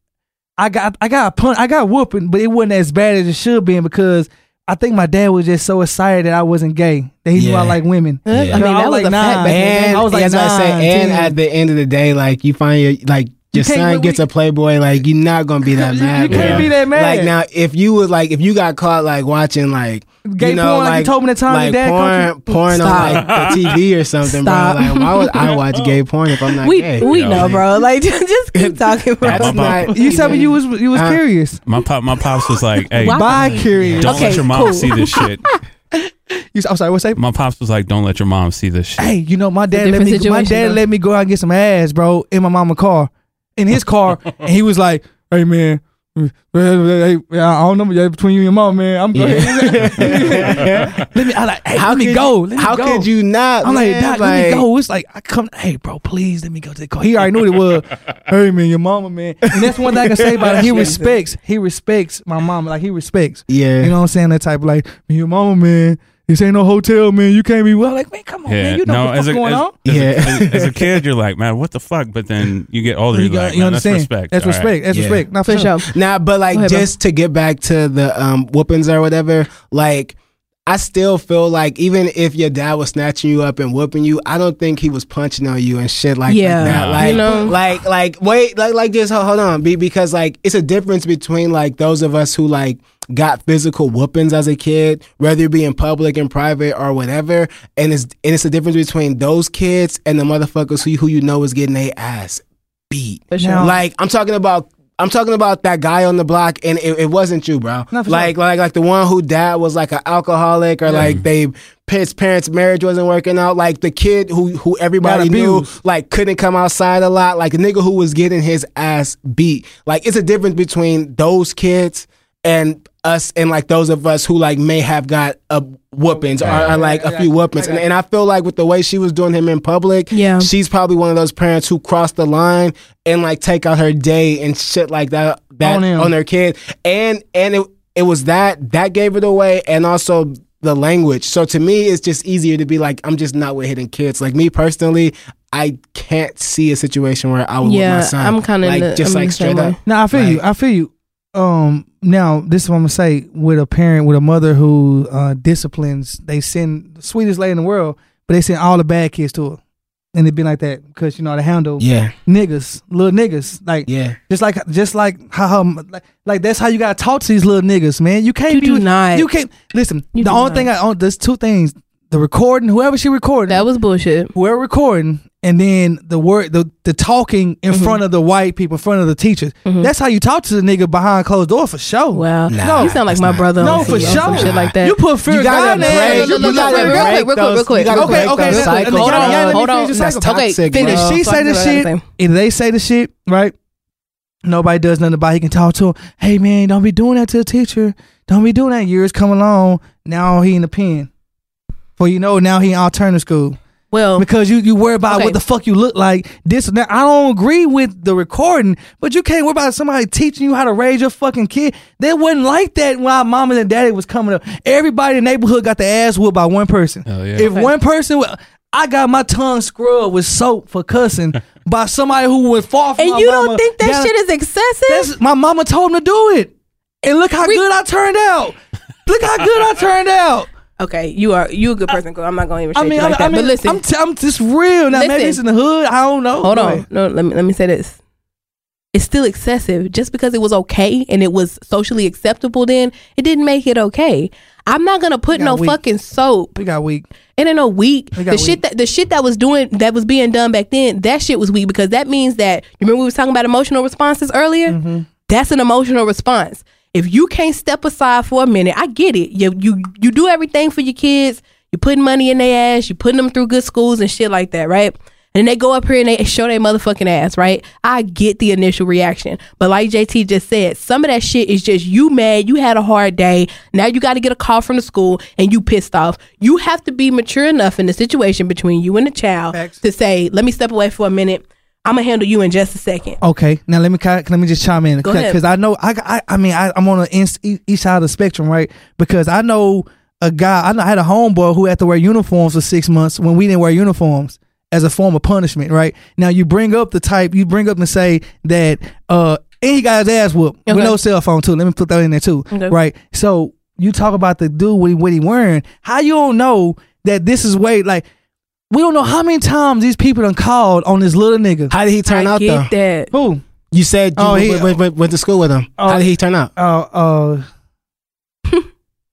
I got I got a pun I got whooping, but it wasn't as bad as it should been because I think my dad was just so excited that I wasn't gay that he knew I Yeah. like women. Huh? I Yeah. mean No, I that was was like, a nah, fact back then. and I was like that's what I nine, say. And 10. at the end of the day, like you find your like your can't son really- gets a Playboy, like you're not gonna be that You- mad. you can't bro. be that mad. Like now, if you was like if you got caught like watching like Gay you know, porn, like you told me the time your like dad porn, caught porn on Stop. like the TV or something, Stop. bro. Like why would I watch gay porn if I'm not we gay? we Yeah. know, bro. Like just keep talking, bro. That's- You said when you was you was Uh, curious. My pop, my pops was like, "Hey, Why- Bi curious. don't Okay, let your mom cool. see this shit." You- I'm sorry. What's that? My pops was like, "Don't let your mom see this shit." hey, you know, my dad let different me my situation, dad though. let me go out and get some ass, bro, in my mama car, in his car, and he was like, "Hey, man." eh, eh, eh, eh, I don't know yeah, between you and your mom, man. I'm good. let me. I like. Hey, How let me could go. you- Let me how go. could you not? I'm like, man? Doc, let me go. It's like I come. Hey, bro, please let me go to the car. He already knew what it was. hey, man, your mama, man. And that's one thing I can say about him. He respects. He respects my mama. Like he respects. Yeah. You know what I'm saying? That type of like, man, your mama, man. This ain't no hotel, man. You can't be well. Like, man, come on, man. You know no, what the as fuck a, going as, on. As, Yeah. a, as, as a kid, you're like, man, what the fuck? But then you get older, You, you got, like, you man, understand? that's respect. That's All right. respect. That's Yeah. respect. Not for, For sure. sure. Nah, but like ahead, bro. just to get back to the um whoopings or whatever, like I still feel like even if your dad was snatching you up and whooping you, I don't think he was punching on you and shit like, like Yeah. that. Nah. Like, You know? like, like, wait, like, like, just hold, hold on, be, because like it's a difference between like those of us who like got physical whoopings as a kid, whether it be in public and private or whatever, and it's and it's a difference between those kids and the motherfuckers who who you know is getting their ass beat. For sure. Now- Like I'm talking about I'm talking about that guy on the block, and it, it wasn't you, bro. No, for sure. like, like, like the one who dad was like an alcoholic, or like they his parents' marriage wasn't working out. Like the kid who who everybody Got knew, abused. like couldn't come outside a lot. Like the nigga who was getting his ass beat. Like it's a difference between those kids and us, and like those of us who like may have got a whoopings or, or like a few whoopings. And, and I feel like with the way she was doing him in public, Yeah. she's probably one of those parents who crossed the line and like take out her day and shit like that that On on, him. their kid. And and it it was that that gave it away and also the language. So to me it's just easier to be like I'm just not with hidden kids. Like me personally, I can't see a situation where I would Yeah, with my son. I'm kinda like the- just I'm like the same straight up. way. No, I feel you. I feel you. Um, now this is what I'm gonna say with a parent, with a mother who uh, disciplines. They send the sweetest lady in the world, but they send all the bad kids to her, and it been like that because you know how to handle Yeah. niggas, little niggas, like Yeah. just like just like how her, like, like that's how you gotta talk to these little niggas, man. You can't You be do with- not. You can't listen. You the do only not. thing I on there's two things: the recording, whoever she recorded, That was bullshit. we're recording and then the word the, the talking in front of the white people in front of the teachers Mm-hmm. that's how you talk to the nigga behind closed door for sure Wow, Nah, you sound like that's my not- brother. no on for TV sure or some shit like that. you put fear You of gotta God in break- there. break. no, no, You no, gotta wait, real quick, break real quick, those- real quick. you gotta Okay, break okay, those listen, let me- cycles, hold bro. on, yeah, let me Hold finish on. this That's cycle. Okay, toxic, finish. bro. If she Talk say the to her, shit, same. if they say the shit, right? Nobody does nothing about. it. He can talk to him. Hey man, don't be doing that to the teacher. Don't be doing that. Years come along. Now he in the pen. For you know, now he in alternative school Well, because you you worry about Oh. Okay. what the fuck you look like. This now I don't agree with the recording, but you can't worry about somebody teaching you how to raise your fucking kid. They wasn't like that when our mama and daddy was coming up. Everybody in the neighborhood got their ass whooped by one person. Hell yeah. If one person, wa- I got my tongue scrubbed with soap for cussing by somebody who was far from and my you don't mama think that down- shit is excessive? that's my mama told him to do it, and look how good I turned out. Look how good I turned out. okay, you are you a good person, girl. I'm not gonna even shade I mean, you I, like I that. mean, but listen, I'm, t- I'm just real. Now, maybe Listen. it's in the hood. I don't know. hold Go on. ahead. No, let me let me say this. It's still excessive. Just because it was okay and it was socially acceptable then, it didn't make it okay. I'm not gonna put got no weak. fucking soap. We got weak. It ain't no weak. We The got weak. shit that the shit that was doing that was being done back then, that shit was weak because that means that you remember we was talking about emotional responses earlier? Mm-hmm. That's an emotional response. If you can't step aside for a minute, I get it. You you you do everything for your kids. You putting money in their ass. You putting them through good schools and shit like that, right? And they go up here and they show their motherfucking ass, right? I get the initial reaction, but like JT just said, some of that shit is just you mad. You had a hard day. Now you got to get a call from the school and you pissed off. You have to be mature enough in the situation between you and the child Facts. to say, "Let me step away for a minute. I'm gonna handle you in just a second. Okay, now let me ki- let me just chime in Go ahead. because I know I I, I mean I, I'm on the ins- e- each side of the spectrum, right? Because I know a guy. I, know, I had a homeboy who had to wear uniforms for six months when we didn't wear uniforms as a form of punishment, right? Now you bring up the type, you bring up and say that uh any guy's ass whoop Okay. with no cell phone too. Let me put that in there too, Okay. right? So you talk about the dude what he, what he wearing. How you don't know that this is way like. We don't know how many times these people done called on this little nigga. How did he turn I out though? get that. Who? You said you Oh, went, he- went, went- went to school with him. Oh. How did he turn out? Oh, oh,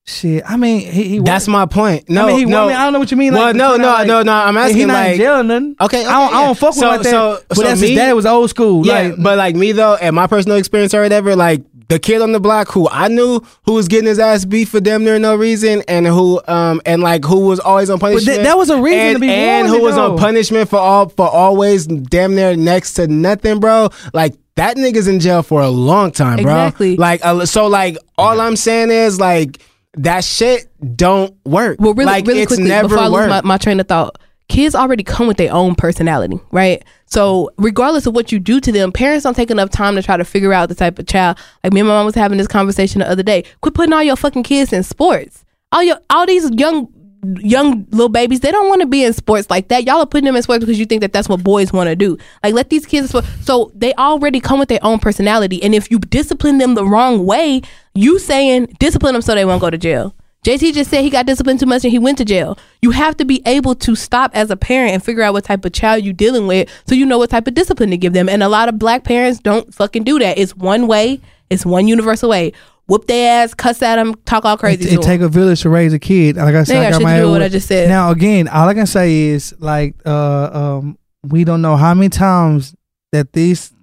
shit. I mean, he. he That's my point. No, I mean, he, no. I mean, I don't know what you mean. well, like, no, you no, know, like, no, no. I'm He asking not like, in jail or nothing. Okay, okay, I don't. I yeah. don't fuck So- with him like that. so- but so that's me- his dad was old school. yeah, like, but like me though, and my personal experience or whatever, like the kid on the block who I knew who was getting his ass beat for damn near no reason, and who um and like who was always on that- punishment. that was a reason and, to be and who warned, was on though. punishment for all for always damn near next to nothing, bro. Like that nigga's in jail for a long time, bro. Exactly. Like uh, so, like all I'm saying is like that shit don't work. Well, really, like, really it's quickly never before I lose worked. my, my train of thought, kids already come with their own personality, right? So regardless of what you do to them, parents don't take enough time to try to figure out the type of child. Like me and my mom was having this conversation the other day. Quit putting all your fucking kids in sports. All your all these young young little babies they don't want to be in sports like that y'all are putting them in sports because you think that that's what boys want to do like let these kids so they already come with their own personality and if you discipline them the wrong way you saying discipline them so they won't go to jail JT just said he got disciplined too much and he went to jail. You have to be able to stop as a parent and figure out what type of child you're dealing with so you know what type of discipline to give them. And a lot of black parents don't fucking do that. It's one way, it's one universal way. Whoop their ass, cuss at them, talk all crazy. It, it to 'em. take a village to raise a kid. Like I said, They I got got shit to my do head with what with- I just said. Now again, all I can say is like, uh, um, we don't know how many times that these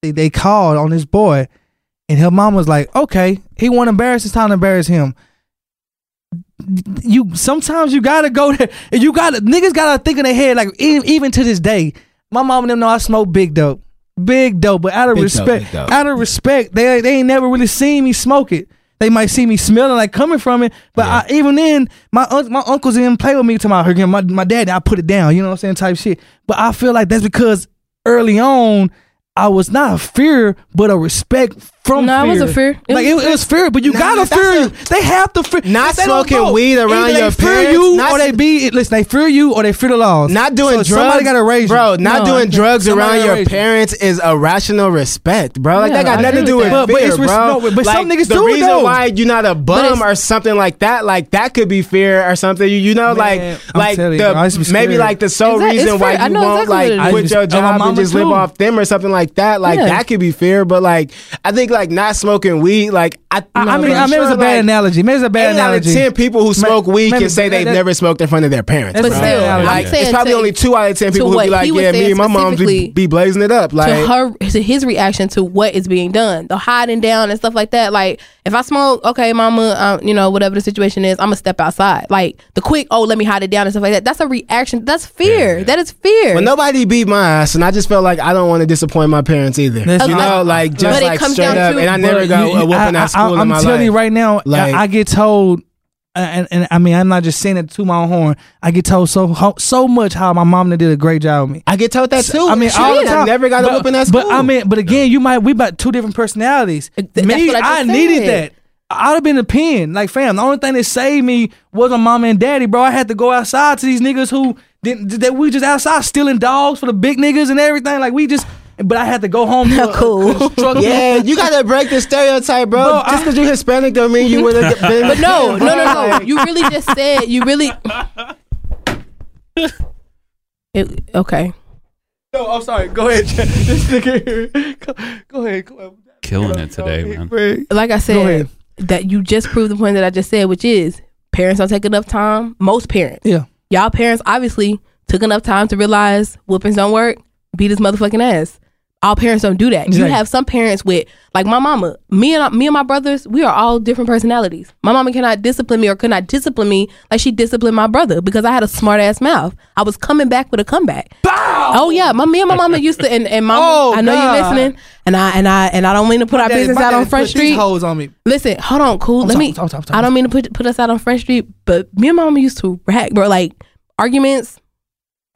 they, they called on this boy, and her mom was like, "Okay, he want to embarrass. It's time to embarrass him." You sometimes you gotta go there, and you gotta niggas gotta think in their head. Like even, even to this day, my mom and them know I smoke big dope, big dope. But out of Big dope, respect, big dope. out of respect, they they ain't never really seen me smoke it. They might see me smelling like coming from it, but I, even then, my un- my uncles didn't play with me to my again. My my dad, I put it down. You know what I'm saying? Type shit. But I feel like that's because early on, I was not a fear, but a respect from. No, fear. it was a fear. It was like a it, it was fear, but you Nah, gotta that's fear. a- you. they have to fear. Not If they don't smoking know, weed around either they your fear parents, you, not- or they be listen. They fear you, or they fear the laws. Not doing So drugs. Somebody gotta raise you. Bro, not No, I doing can't. drugs Somebody around gotta your raise you. parents is a rational respect, bro. Like, Yeah, that got I nothing to agree do with with that. But- but fear, it's res- bro. no, but- but Like, some niggas the do, reason though. why you're not a it's- bum or something like that, like, that could be fear or something. You, you know, Man, I'm like, like telling you, the, bro, I used to be maybe scared. like the sole Exact- it's reason why fair. I you know won't, exactly what it like, is. quit I your used to- and my job and mama just live too. off them or something like that. Like, Yeah. that could be fear, but, like, I think, like, not smoking weed, like, I, I, I mean, I mean, it was a bad analogy. Maybe it's a bad Eight out of analogy. ten people who smoke weed man, can say that- they've that- never smoked in front of their parents. That's But bro. still, Right. I'm Like, saying it's probably to- only two out of ten people to who what be he like, was "Yeah, me saying and my mom specifically- be, be blazing it up." Like, to her to his reaction to what is being done the hiding down and stuff like that like if i smoke okay mama um, you know whatever the situation is i'm gonna step outside like the quick oh let me hide it down and stuff like that that's a reaction that's fear that is fear but nobody beat my ass, and I just felt like I don't want to disappoint my parents either. That's you right. know, like just But it like comes straight down up, to- and I never But got You- a you- whooping I, at school am in my telling life. you right now, Like- I, I get told, uh, and, and I mean, I'm not just saying it to my own horn. I get told so ho- so much how my mom done did a great job with me. I get told that too. I mean, Shit, all the I time. never got but, a whooping at school. But I mean, but again, you might we about two different personalities. Th- that's me, what I I, just needed said. that. I'd have been a pin, like fam. The only thing that saved me was my mom and daddy, bro. I had to go outside to these niggas who didn't that we just outside stealing dogs for the big niggas and everything. Like we just, but I had to go home. to a- Cool. a constructive- yeah, you gotta break the stereotype, bro. Bro, just because you're Hispanic don't mean you would have been. but no no no no you really just said you really it, okay No, I'm sorry. Go ahead. Chad. This nigga here. Go, go ahead. Go ahead. Killing it today, man. man. like I Go said, ahead. that you just proved the point that I just said, which is parents don't take enough time. Most parents, Yeah. y'all parents, obviously took enough time to realize whoopings don't work. Beat his motherfucking ass. All parents don't do that. Exactly. You have some parents with, like my mama, me and me and my brothers, we are all different personalities. My mama cannot discipline me or could not discipline me like she disciplined my brother because I had a smart ass mouth. I was coming back with a comeback. Oh yeah, my me and my mama used to and, and mama. Oh, I know God. you're listening, and I and I and I don't mean to put our Daddy, business my out on daddy Front put these Street. hoes on me. Listen, hold on, cool. Let me. sorry, I'm sorry, I'm sorry, I'm sorry. I don't mean to put put us out on Front Street, but me and my mama used to rack, bro. Like arguments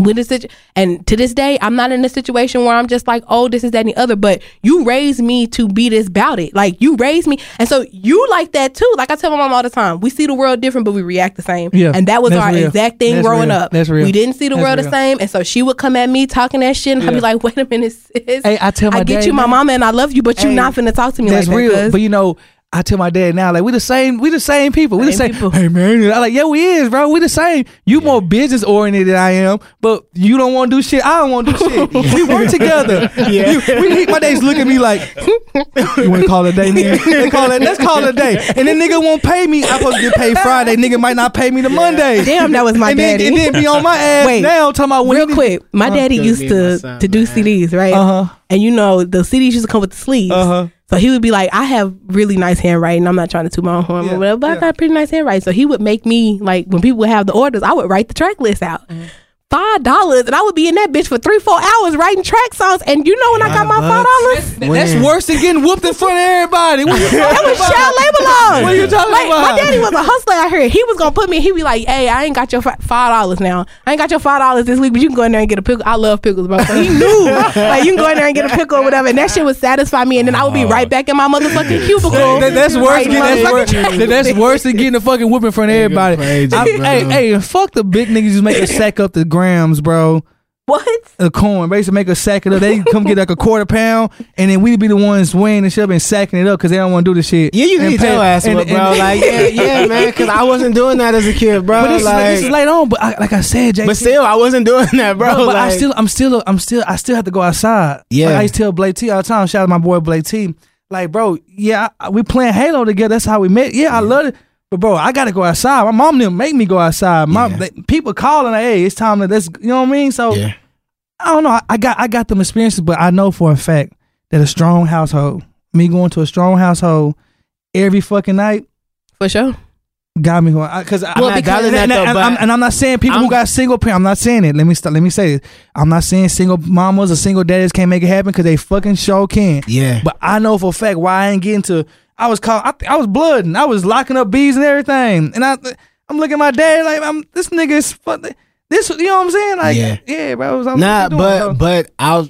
with this situ- and to this day, I'm not in a situation where I'm just like, oh, this is that and the other. But you raised me to be this about it. Like you raised me, and so you like that too. Like I tell my mom all the time, we see the world different, but we react the same. Yeah, and that was that's our real. exact thing That's growing real. up. That's real. We didn't see the That's world real. the same, and so she would come at me talking that shit, and I'd Yeah. be like, wait a minute, sis. Hey, I tell my I get daddy you, my now- mama, and I love you, but you Hey, not finna talk to me That's like that. real. cuz. But you know, I tell my dad now, like we the same. We the same people. We the Same same. people. Hey man, I like yeah, we is, bro. We the same. You more business oriented than I am, but you don't want to do shit. I don't want to do shit. we work together. Yeah. we, he- my dad's looking at me like, you want to call it a day, man? Let's call it. Let's call it a day. And then nigga won't pay me. I'm supposed to get paid Friday. Nigga might not pay me the Monday. Damn, that was my and daddy. Then, and then be on my ass Wait, now talking about when Real he- quick, my daddy gonna used be my to son, to do man. CDs, right? Uh-huh. And you know the CDs used to come with the sleeves. Uh-huh. So he would be like, "I have really nice handwriting. I'm not trying to toot my own horn Yeah, or whatever, but I yeah. got pretty nice handwriting." So he would make me like when people would have the orders, I would write the track list out. Mm-hmm. Five dollars, and I would be in that bitch for three, four hours writing track songs. And you know when I got my five dollars, That's When? worse than getting whooped in front of everybody. What you that was child labor laws. What are you talking like, My about? daddy was a hustler out here. He was gonna put me. He be like, "Hey, I ain't got your fi- five dollars now. I ain't got your five dollars this week, but you can go in there and get a pickle. I love pickles, bro. So he knew like you can go in there and get a pickle or whatever, and that shit would satisfy me. And then I would be right back in my motherfucking cubicle. Uh-huh. That- that's worse. Writing Than, that's, motherfucking worse that- that's worse than getting a fucking whooping in front of everybody. crazy, I- bro. hey, hey, and fuck the big niggas who make a sack up the grams, bro. What? The corn, basically make a sack it up. They come get like a quarter pound, and then we be the ones weighing and shit up and sacking it up because they don't want to do the shit. Yeah, you And can get pay- your ass and- whooped, and- bro. Like, yeah, yeah, man, because I wasn't doing that as a kid, bro. but this, like, is, this is late on. But I, like I said, JT, but still, I wasn't doing that, bro. but I like- still, I'm still, I'm still, I still have to go outside. Yeah. like I used to tell Blake T all the time. Shout out to my boy Blake T. Like, bro, yeah, I, we playing Halo together. That's how we met. Yeah, I love it. But bro, I gotta go outside. My mom didn't make me go outside. My Yeah. they- people calling, like, hey, it's time to let's. You know what I mean? So yeah. I don't know. I, I got, I got them experiences, but I know for a fact that a strong household, me going to a strong household every fucking night, for sure. got me who I because I, Well, I'm not because- doubting that, and- though, and- but- I'm- and I'm not saying people I'm- who got single parents. I'm not saying it. Let me start, let me say this. I'm not saying single mamas or single daddies can't make it happen because they fucking sure can. Yeah. But I know for a fact why I ain't getting to. I was call. I, I was blooding. I was locking up bees and everything. And I, I'm looking at my dad like I'm. This nigga is fuck. This you know what I'm saying? Like Yeah. yeah, bro. I was, I was nah, doing, but bro. but I'll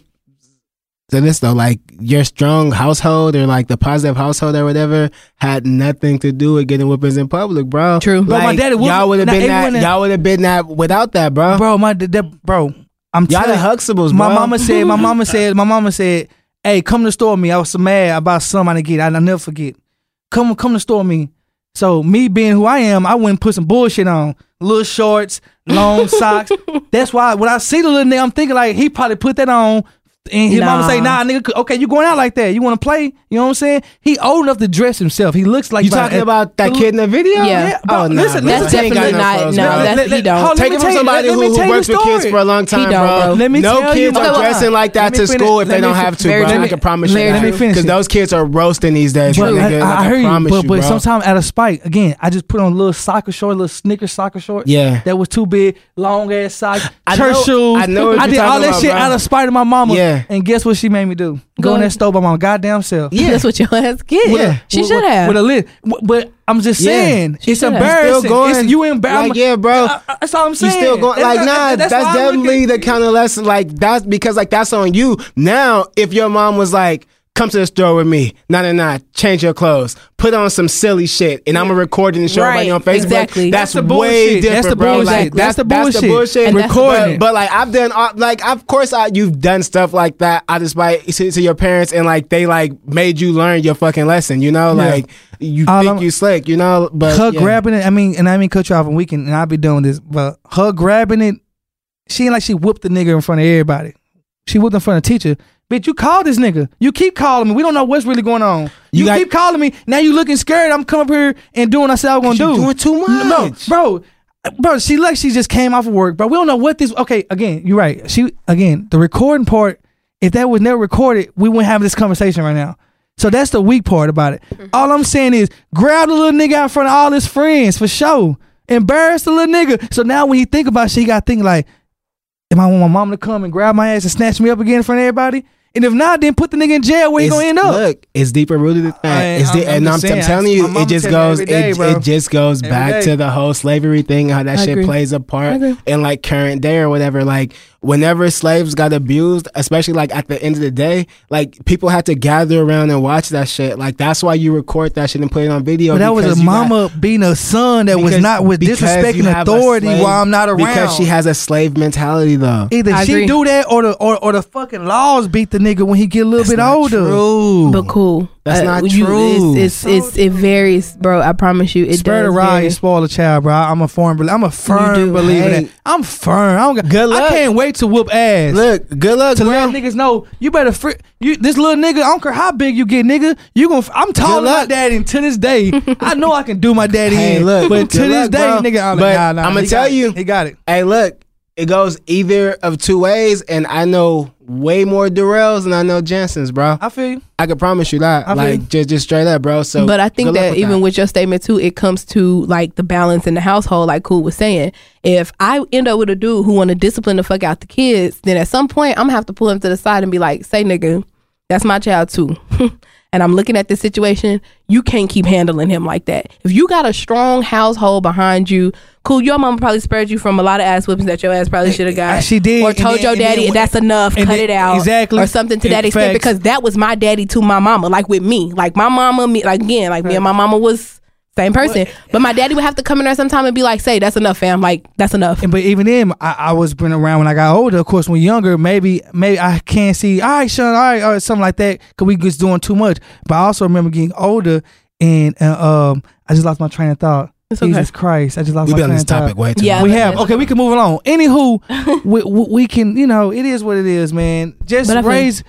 say this though, like your strong household or like the positive household or whatever had nothing to do with getting whippings in public, bro. True. Like, But my daddy whoop- y'all would have nah, been everyone that. in- Y'all would have been that without that, bro. bro, my that, that- bro. I'm y'all telling the Huxtables, bro. My mama said, my mama said, my mama said, hey, come to the store with me. I was so mad about something I didn't get. I, will never forget. Come come to the store with me. So me being who I am, I went and put some bullshit on. Little shorts, long socks. That's why when I see the little nigga, I'm thinking like he probably put that on. And his mama say, Nah. nah, nigga, okay, you going out like that. You want to play? You know what I'm saying? He old enough to dress himself. He looks like You talking about that kid in the video? Yeah. Yeah, bro, oh, nah, listen, bro. listen. That's He ain't got definitely no not. photos, No, bro. Let- that's let- he let- don't. hold- Take it from Let me tell you- somebody let- let who, me tell who you works the with kids story. for a long time, He don't, bro. bro. Let me no tell you kids my- are Hold on. dressing like that Let me to finish- school if they let me don't fi- have to, very bro. true. I can promise Very you true. Let me finish Because it. those kids are roasting these days, But bro. I, nigga. I- I I, hear you, promise but, you, but bro. sometimes out of spite, again, I just put on a little soccer short, little Snickers soccer short. Yeah. that was too big, long ass socks, I church know- shoes. I know what I you're did all talking that about, shit bro. out of spite of my mama. Yeah. and guess what she made me do? Go Go, in ahead. that store by my goddamn self. Yeah. That's what your ass get. Yeah. She With- should with- have. With a lid. W- But I'm just Yeah. saying, She it's should have. Still embarrassing. going, It's, you embarrassing. Like, yeah, bro. uh, that's all I'm you saying. still going That's like not- nah that's, why I look definitely at- the kind of lesson like that's because like that's on you now if your mom was like come to the store with me nah nah nah change your clothes put on some silly shit and i'm gonna record it and show Right, everybody on facebook exactly. that's, That's the way bullshit. different That's the bro bullshit. like That's the that's the bullshit. bullshit And that's- Recording but, it. but like i've done all- like of course I, you've done stuff like that out of spite to, to your parents and like they like made you learn your fucking lesson you know Yeah. like you All think I'm- you slick you know but her yeah. grabbing it. I mean, and I mean, cut you off, and we can, and I'll be doing this, but her grabbing it, she ain't like she whooped the nigga in front of everybody. She whooped in front of teacher. Bitch, you called this nigga. You keep calling me. We don't know what's really going on. You You, got- keep calling me. Now you looking scared. I'm coming up here and doing what I said I was gonna you do. doing too N- No, much. bro. Bro, she like she just came off of work, bro. We don't know what this. Okay, again, you're right. She again the recording part. If that was never recorded, we wouldn't have this conversation right now. So that's the weak part about it. All I'm saying is grab the little nigga out in front of all his friends for sure. Embarrass the little nigga. So now when he think about shit, he got to think like, am I want my mom to come and grab my ass and snatch me up again in front of everybody? And if not, then put the nigga in jail where he It's- gonna end up. Look, it's deeper rooted than that. I- it's I'm- the, I'm and just I'm, saying, I'm telling I- you, my mama it just tell me goes. every day, it, bro. it just goes Every back day. to the whole slavery thing, how that I shit agree. plays a I part agree. in like current day or whatever. Like whenever slaves got abused, especially like at the end of the day, like people had to gather around and watch that shit. Like that's why you record that shit and put it on video. But that was a because you got- mama being a son that was because- not was because you disrespecting have a authority slave- while I'm not around. because she has a slave mentality though. either I she agree. do that or the or, or the fucking laws beat the nigga when he get a little bit not older. true. but cool. Uh, That's not you- true. It's, it's, it's, it varies, bro. I promise you, it Spare the does rod, vary. you spoil a child, bro. I'm a firm, bel- I'm a firm do. believer in Hey. that. I'm firm. I don't got, Good luck. I can't wait to whoop ass. Look, good luck, to bro. let niggas know you better free you this little nigga. I don't care how big you get, nigga. You gonna f- I'm taller than my luck. daddy, and to this day, I know I can do my daddy. Hey, in, look, but to good this luck, bro. day, nigga, I'm But like, nah, nah, I'ma he tell got it. you- he got it. Hey, look, it goes either of two ways, and I know way more Durrells than I know Jansons, bro. I feel you. I can promise you that. I feel you. like just just straight up, bro. So, but I think good luck that with even with your statement too, it comes to like the balance in the household, like Cool was saying. If I end up with a dude who want to discipline the fuck out the kids, then at some point I'm gonna have to pull him to the side and be like, "Say, nigga, that's my child too." and I'm looking at this situation. You can't keep handling him like that. If you got a strong household behind you, cool. Your mama probably spared you from a lot of ass whippings that your ass probably should have got. Eh, She did, or and told then- your and then daddy, when- "That's enough, and cut then- it out," exactly. or something to And that extent. facts. Because that was my daddy to my mama, like with me. Like my mama, me like again, like me and my mama was same person. But my daddy would have to come in there sometime and be like, say, that's enough, fam. Like, that's enough. And but even then, I, I was been around when I got older. Of course, when younger, maybe maybe I can't see. All right, Sean, all right, or something like that. Cause we just doing too much. But I also remember getting older, and uh, um, I just lost my train of thought. It's okay. Jesus Christ, I just lost We've my been train on this of thought. topic way too Yeah. much. We have okay. We can move along. Anywho, we, we, we can you know it is what it is, man. Just But I feel- raise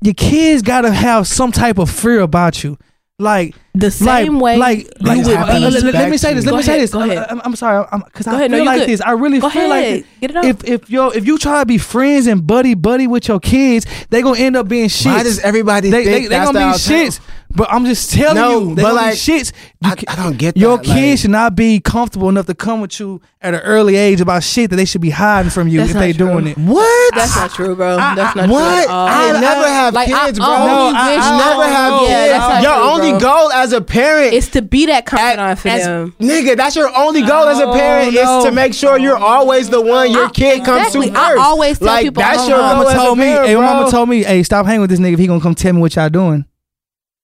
your kids. Got to have some type of fear about you. Like the same way like, you like would uh, be. uh, let- let, let me say this. Let Go me say ahead, this. go I- ahead. I, am sorry, I'm because Go I ahead, no, feel you like good. this. I really Go feel ahead. like Get it this. off. If if you if you try to be friends and buddy buddy with your kids, they gonna end up being shits. Why does everybody They, think they, they that's gonna the be alternative? shits. But I'm just telling No, you, they but gonna like, be shits. You I- ca- I don't get your that, kids like- should not be comfortable enough to come with you at an early age about shit that they should be hiding from you That's if not they true. doing it. What? That's not true, bro. I- That's I- not true. what? At all. I never have like, kids, I, bro. I only No, I- wish I never don't have know. kids. Yeah, that's not your true, only bro. goal as a parent It's to be that confidant at- for as- them. Nigga, that's your only goal as a Oh, parent no. is to make sure you're always the one your I- kid comes to exactly. first. I always tell like, people, that's my your mama goal as a told me, parent, hey, my bro. mama told me, hey, stop hanging with this nigga. If he gonna come tell me what y'all doing.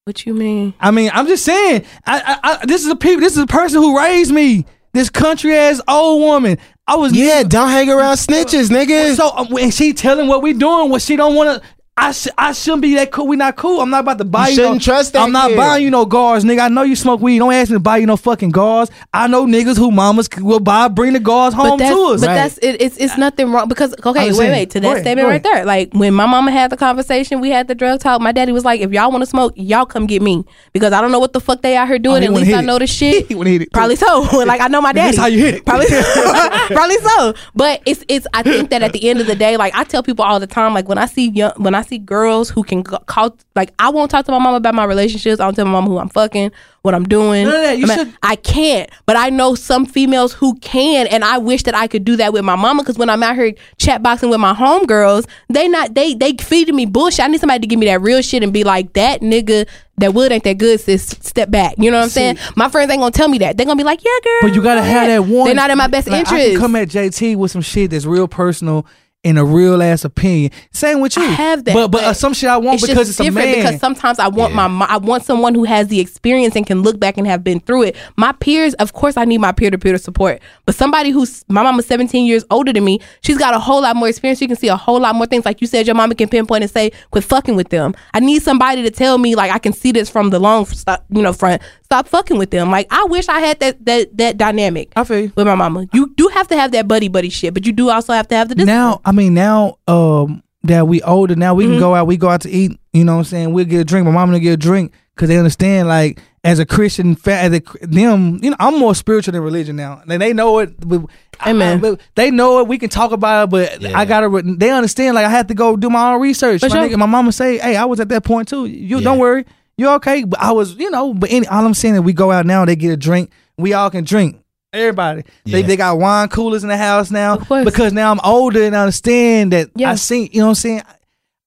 What you mean? I mean, I'm just saying. I, I, I this is a people. This is a person who raised me. This country ass old woman. I was Yeah, don't hang around snitches, nigga. So um, and she telling what we doing. What she don't want to. I sh- I shouldn't be that cool. We not cool. I'm not about to buy You you. shouldn't no, trust that I'm not kid. buying you no guards, nigga. I know you smoke weed. Don't ask me to buy you no fucking guards. I know niggas who mamas c- will buy bring the guards But home to that's, us. but that's it, it's it's nothing wrong because okay, wait, Understand. wait. To Go that ahead, statement go right there, like when my mama had the conversation, we had the drug talk. My daddy was like, "If y'all want to smoke, y'all come get me because I don't know what the fuck they out here doing. Oh, he At wanna least hit I it. know the shit. He wanna hit it, too. Probably so. like I know my daddy. That's how you hit it. Probably, probably so. But it's it's. I think that at the end of the day, like I tell people all the time, like when I see young, when I see girls who can go- call, like I won't talk to my mom about my relationships. I don't tell my mom who I'm fucking, what I'm doing. No, no, no, you I'm at- should- I can't, but I know some females who can, and I wish that I could do that with my mama. Because when I'm out here chat boxing with my homegirls, they not they they feeding me bullshit. I need somebody to give me that real shit and be like, that nigga, that wood ain't that good. Sis, step back. You know what I'm saying? My friends ain't gonna tell me that. They're gonna be like, yeah, girl. But you gotta go have ahead. that one. They're not in my best Like, I interest. can come at JT with some shit that's real personal and a real ass opinion. Same with you. I have that, But but, uh, but some shit I want it's because just it's a different man. because sometimes I want my my I want someone who has the experience and can look back and have been through it. My peers, of course, I need my peer to peer support, but somebody who's my mama's 17 years older than me, she's got a whole lot more experience. She can see a whole lot more things. Like you said, your mama can pinpoint and say, "Quit fucking with them." I need somebody to tell me like I can see this from the long stop, you know front. Stop fucking with them. Like I wish I had that that that dynamic. I feel you. with my mama. You do have to have that buddy buddy shit, but you do also have to have the discipline. now I mean now um that we older now Mm-hmm. we can go out we go out to eat you know what I'm saying we'll get a drink my mom gonna get a drink because they understand like as a Christian fa- as a, cr- them you know I'm more spiritual than religion now and they know it but I- Amen. I- but they know it we can talk about it but I gotta re- they understand like I have to go do my own research For my, sure. nigga, my mama say hey I was at that point too you Yeah. don't worry you're okay but I was you know but any, all I'm saying is we go out now they get a drink we all can drink everybody they, Yeah. they got wine coolers in the house now Of course. because because now I'm older and I understand that Yeah. I seen, you know what I'm saying?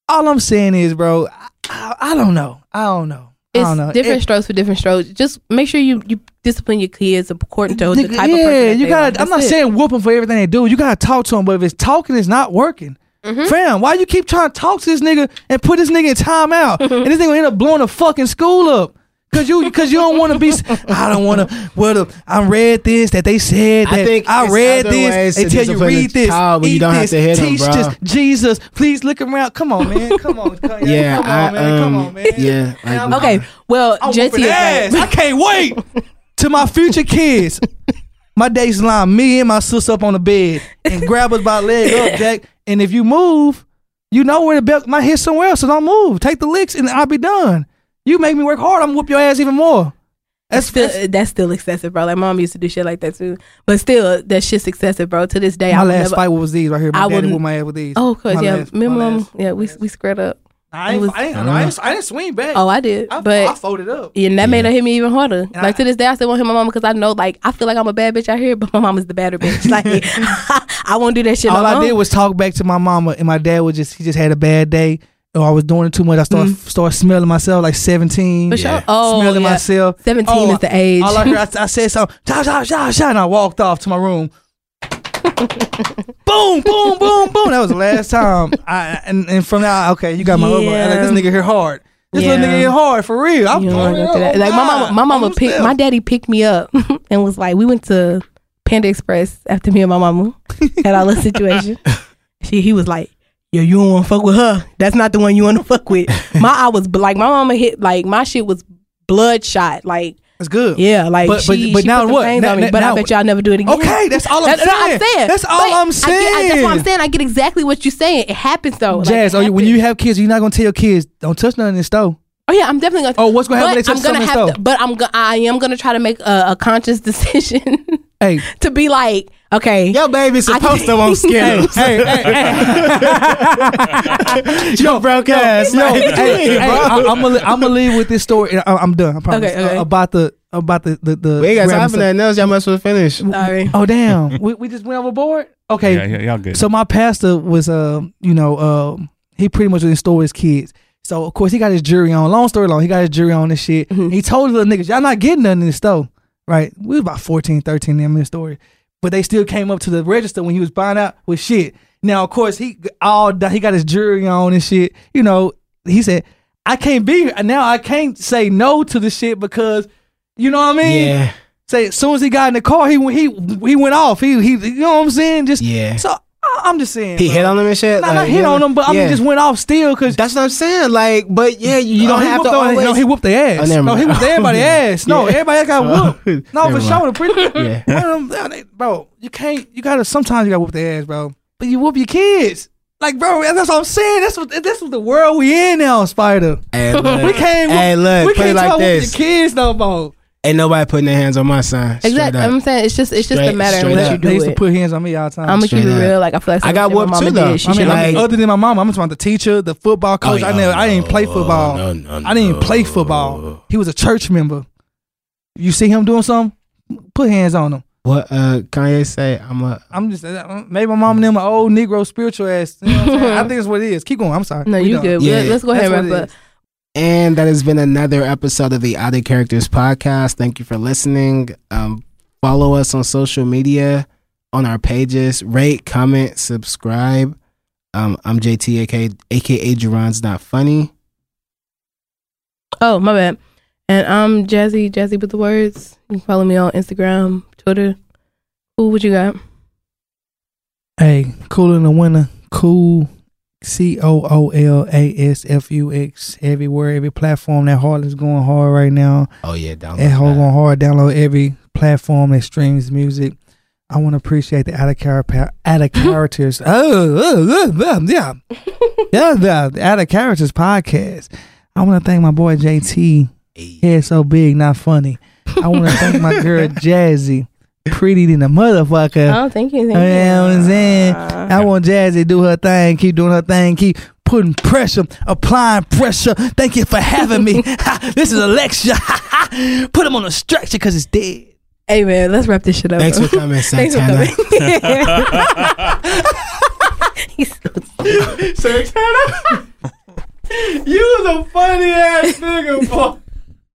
All I'm saying is, bro, I, I, I don't know. I don't know. I It's don't know. different It- strokes for different strokes. Just make sure you, you discipline your kids according to the nigga, type yeah, of person. that you they gotta. are. I'm not That's it. saying whoop them for everything they do. You gotta talk to them, but if it's talking, it's not working. Mm-hmm. Fam, why you keep trying to talk to this nigga and put this nigga in timeout, and this nigga gonna end up blowing the fucking school up? Cause you, cause you don't want to be. s- I don't want to. Well, the, I read this that they said I that I, think it's read other this. ways They to tell you discipline read a this, child when you eat don't have this, to hit 'em, teach bro. this. Jesus, please look around. Come on, man. Come on. Come, yeah, come on, I, man. come um, on, man. Yeah. like, Okay, well, I'm JT whooping is ass. right. I can't wait to my future kids. My days line me and my sis up on the bed and grab us by the leg up, Jack. And if you move, you know where the belt might hit somewhere else. So don't move. Take the licks and I'll be done. You make me work hard. I'm gonna whoop your ass even more. That's, Still, that's that's still excessive, bro. Like mom used to do shit like that too, but still, that shit's excessive, bro. To this day, my I would last never. fight was these right here. I My daddy wouldn't- whooped my ass with these. oh, cause My yeah, last- my remember, last- mom- yeah, we we screwed up. I it was- Uh-huh. ain't, I ain't, I ain't, I ain't swing back. Oh, I did, I, but I folded up. Yeah, and that made her hit me even harder. And like I- to this day, I still won't hit my mama because I know, like, I feel like I'm a bad bitch out here, but my mama's the badder bitch. Like, I won't do that shit. all no I more. did was talk back to my mama, and my dad was just he just had a bad day, or I was doing it too much. I started start smelling myself like seventeen, Mm-hmm. For sure. Yeah. Oh, smelling yeah. myself. 17 Oh, is the age. All I heard, I, I said something, shot, shot, shot, shot, and I walked off to my room. boom, boom, boom, boom. That was the last time. I and, and from now, okay, you got my other Yeah. Like, this nigga here hard. This little Yeah. nigga here hard for real. I'm You don't throwing wanna it go through up. that. Like my God, mama, my on mama the picked steps. my daddy picked me up and was like, we went to Panda Express after me and my mama had our little situation. She he was like, yo, you don't want to fuck with her. That's not the one you want to fuck with. My I was bl- like, my mama hit like my shit was bloodshot. Like That's good. yeah, like But- but- she, but she now put some what? things Now- on me, now- but I now- bet y'all never do it again. Okay, that's all I'm That's saying. what I'm saying. That's all But I'm I get- I- that's what I'm saying. saying. I get exactly what you're saying. It happens though. Like, Jazz, it are you, when happens. you have kids, you're not gonna tell your kids, don't touch nothing in the store. Oh yeah, I'm definitely gonna. Oh, what's gonna happen when But they I'm touch gonna something have though? to, but I'm go- I am gonna try to make a, a conscious decision Hey, to be like, okay, Yo, baby, supposed to won't hey, skip. hey, hey, yo, broke ass. yo, Like, hey, hey, damn, bro. I, I'm gonna I'm gonna leave with this story. and I, I'm done. I promise. Okay, okay. Uh, about the about the the, the We ain't got time grabbing for nothing else. Y'all must well finish. sorry. stuff. Oh damn, we, we just went overboard. Okay, Yeah, yeah, y'all good. So my pastor was, uh, you know, uh, he pretty much restored his kids. So of course he got his jury on. Long story long, he got his jury on and shit. Mhm. He told the little niggas, y'all not getting nothing in the store, right? We was about 14, 13 in the story, but they still came up to the register when he was buying out with shit. Now of course he g- all done- he got his jury on and shit. You know, he said, I can't be here now. I can't say no to the shit because. You know what I mean? Yeah, Say as soon as he got in the car, he went- he he went off. He he, you know what I'm saying? Just yeah. so I- I'm just saying. He bro. hit on him and shit. Not, not like, hit you know? on him, but I Yeah. mean, just went off still because That's what I'm saying. Like, but yeah, you, you don't have to always. No, he whooped their ass. Oh, never no, he mind. whooped everybody's ass. No, Yeah. everybody Oh, else got whooped. No, never for sure, the pretty. Yeah. One of them, yeah, they- bro, you can't. You gotta. Sometimes you gotta whoop their ass, bro. But you whoop your kids. Like, bro, that's what I'm saying. That's what. That's what the world we in now, Spider. Hey, look, We can't. hey, whoop- look we put it can't try like to whoop this. your kids no more. Ain't nobody putting their hands on my son. Straight Exactly. up. I'm saying it's just it's just Straight- a matter straight of up. what you They used do. to It. put hands on me all the time. I'm gonna keep it straight up. real. Like I feel like I got something my whooped mama too, though. did, she I mean, shouldn't I have mean, like- other than my mom, I'm talking about the teacher, the football coach. Oh, I never, no, I didn't play no, football. no, no, I didn't play no. football. He was a church member. You see him doing something, put hands on him. What uh, Kanye say? I'm a. I'm just uh, maybe my mom and them an old Negro spiritual ass. You know what I'm saying? I think that's what it is. Keep going. I'm sorry. No, We you done. good. Yeah. We- Let's go ahead That's and what it wrap up. is. And that has been another episode of the Out of Characters podcast. Thank you for listening. Um, follow us on social media, on our pages. Rate, comment, subscribe. Um, I'm JT, aka, aka Jerron's Not Funny. Oh, my bad. And I'm Jazzy, Jazzy with the words. You can follow me on Instagram, Twitter. Ooh, what you got? Hey, cool in the winter. Cool. C O O L A S F U X. Everywhere, every platform. That hard is going hard right now. Oh yeah, download. and hold that. on hard download every platform that streams music i want to appreciate the out of character out of characters oh, oh, oh, yeah yeah the, the out of characters podcast i want to thank my boy jt Hey. head so big not funny i want to thank my girl jazzy pretty than a motherfucker Oh, thank you. Thank Oh, you. yeah, I'm saying. Uh, I want Jazzy to do her thing, keep doing her thing, keep putting pressure, applying pressure. Thank you for having me. Ha, this is a lecture. Put him on a stretcher because it's dead. hey, man, let's wrap this shit up. Thanks for coming, Thanks for Santana. coming. He's so Santana, you was a funny ass nigga, boy.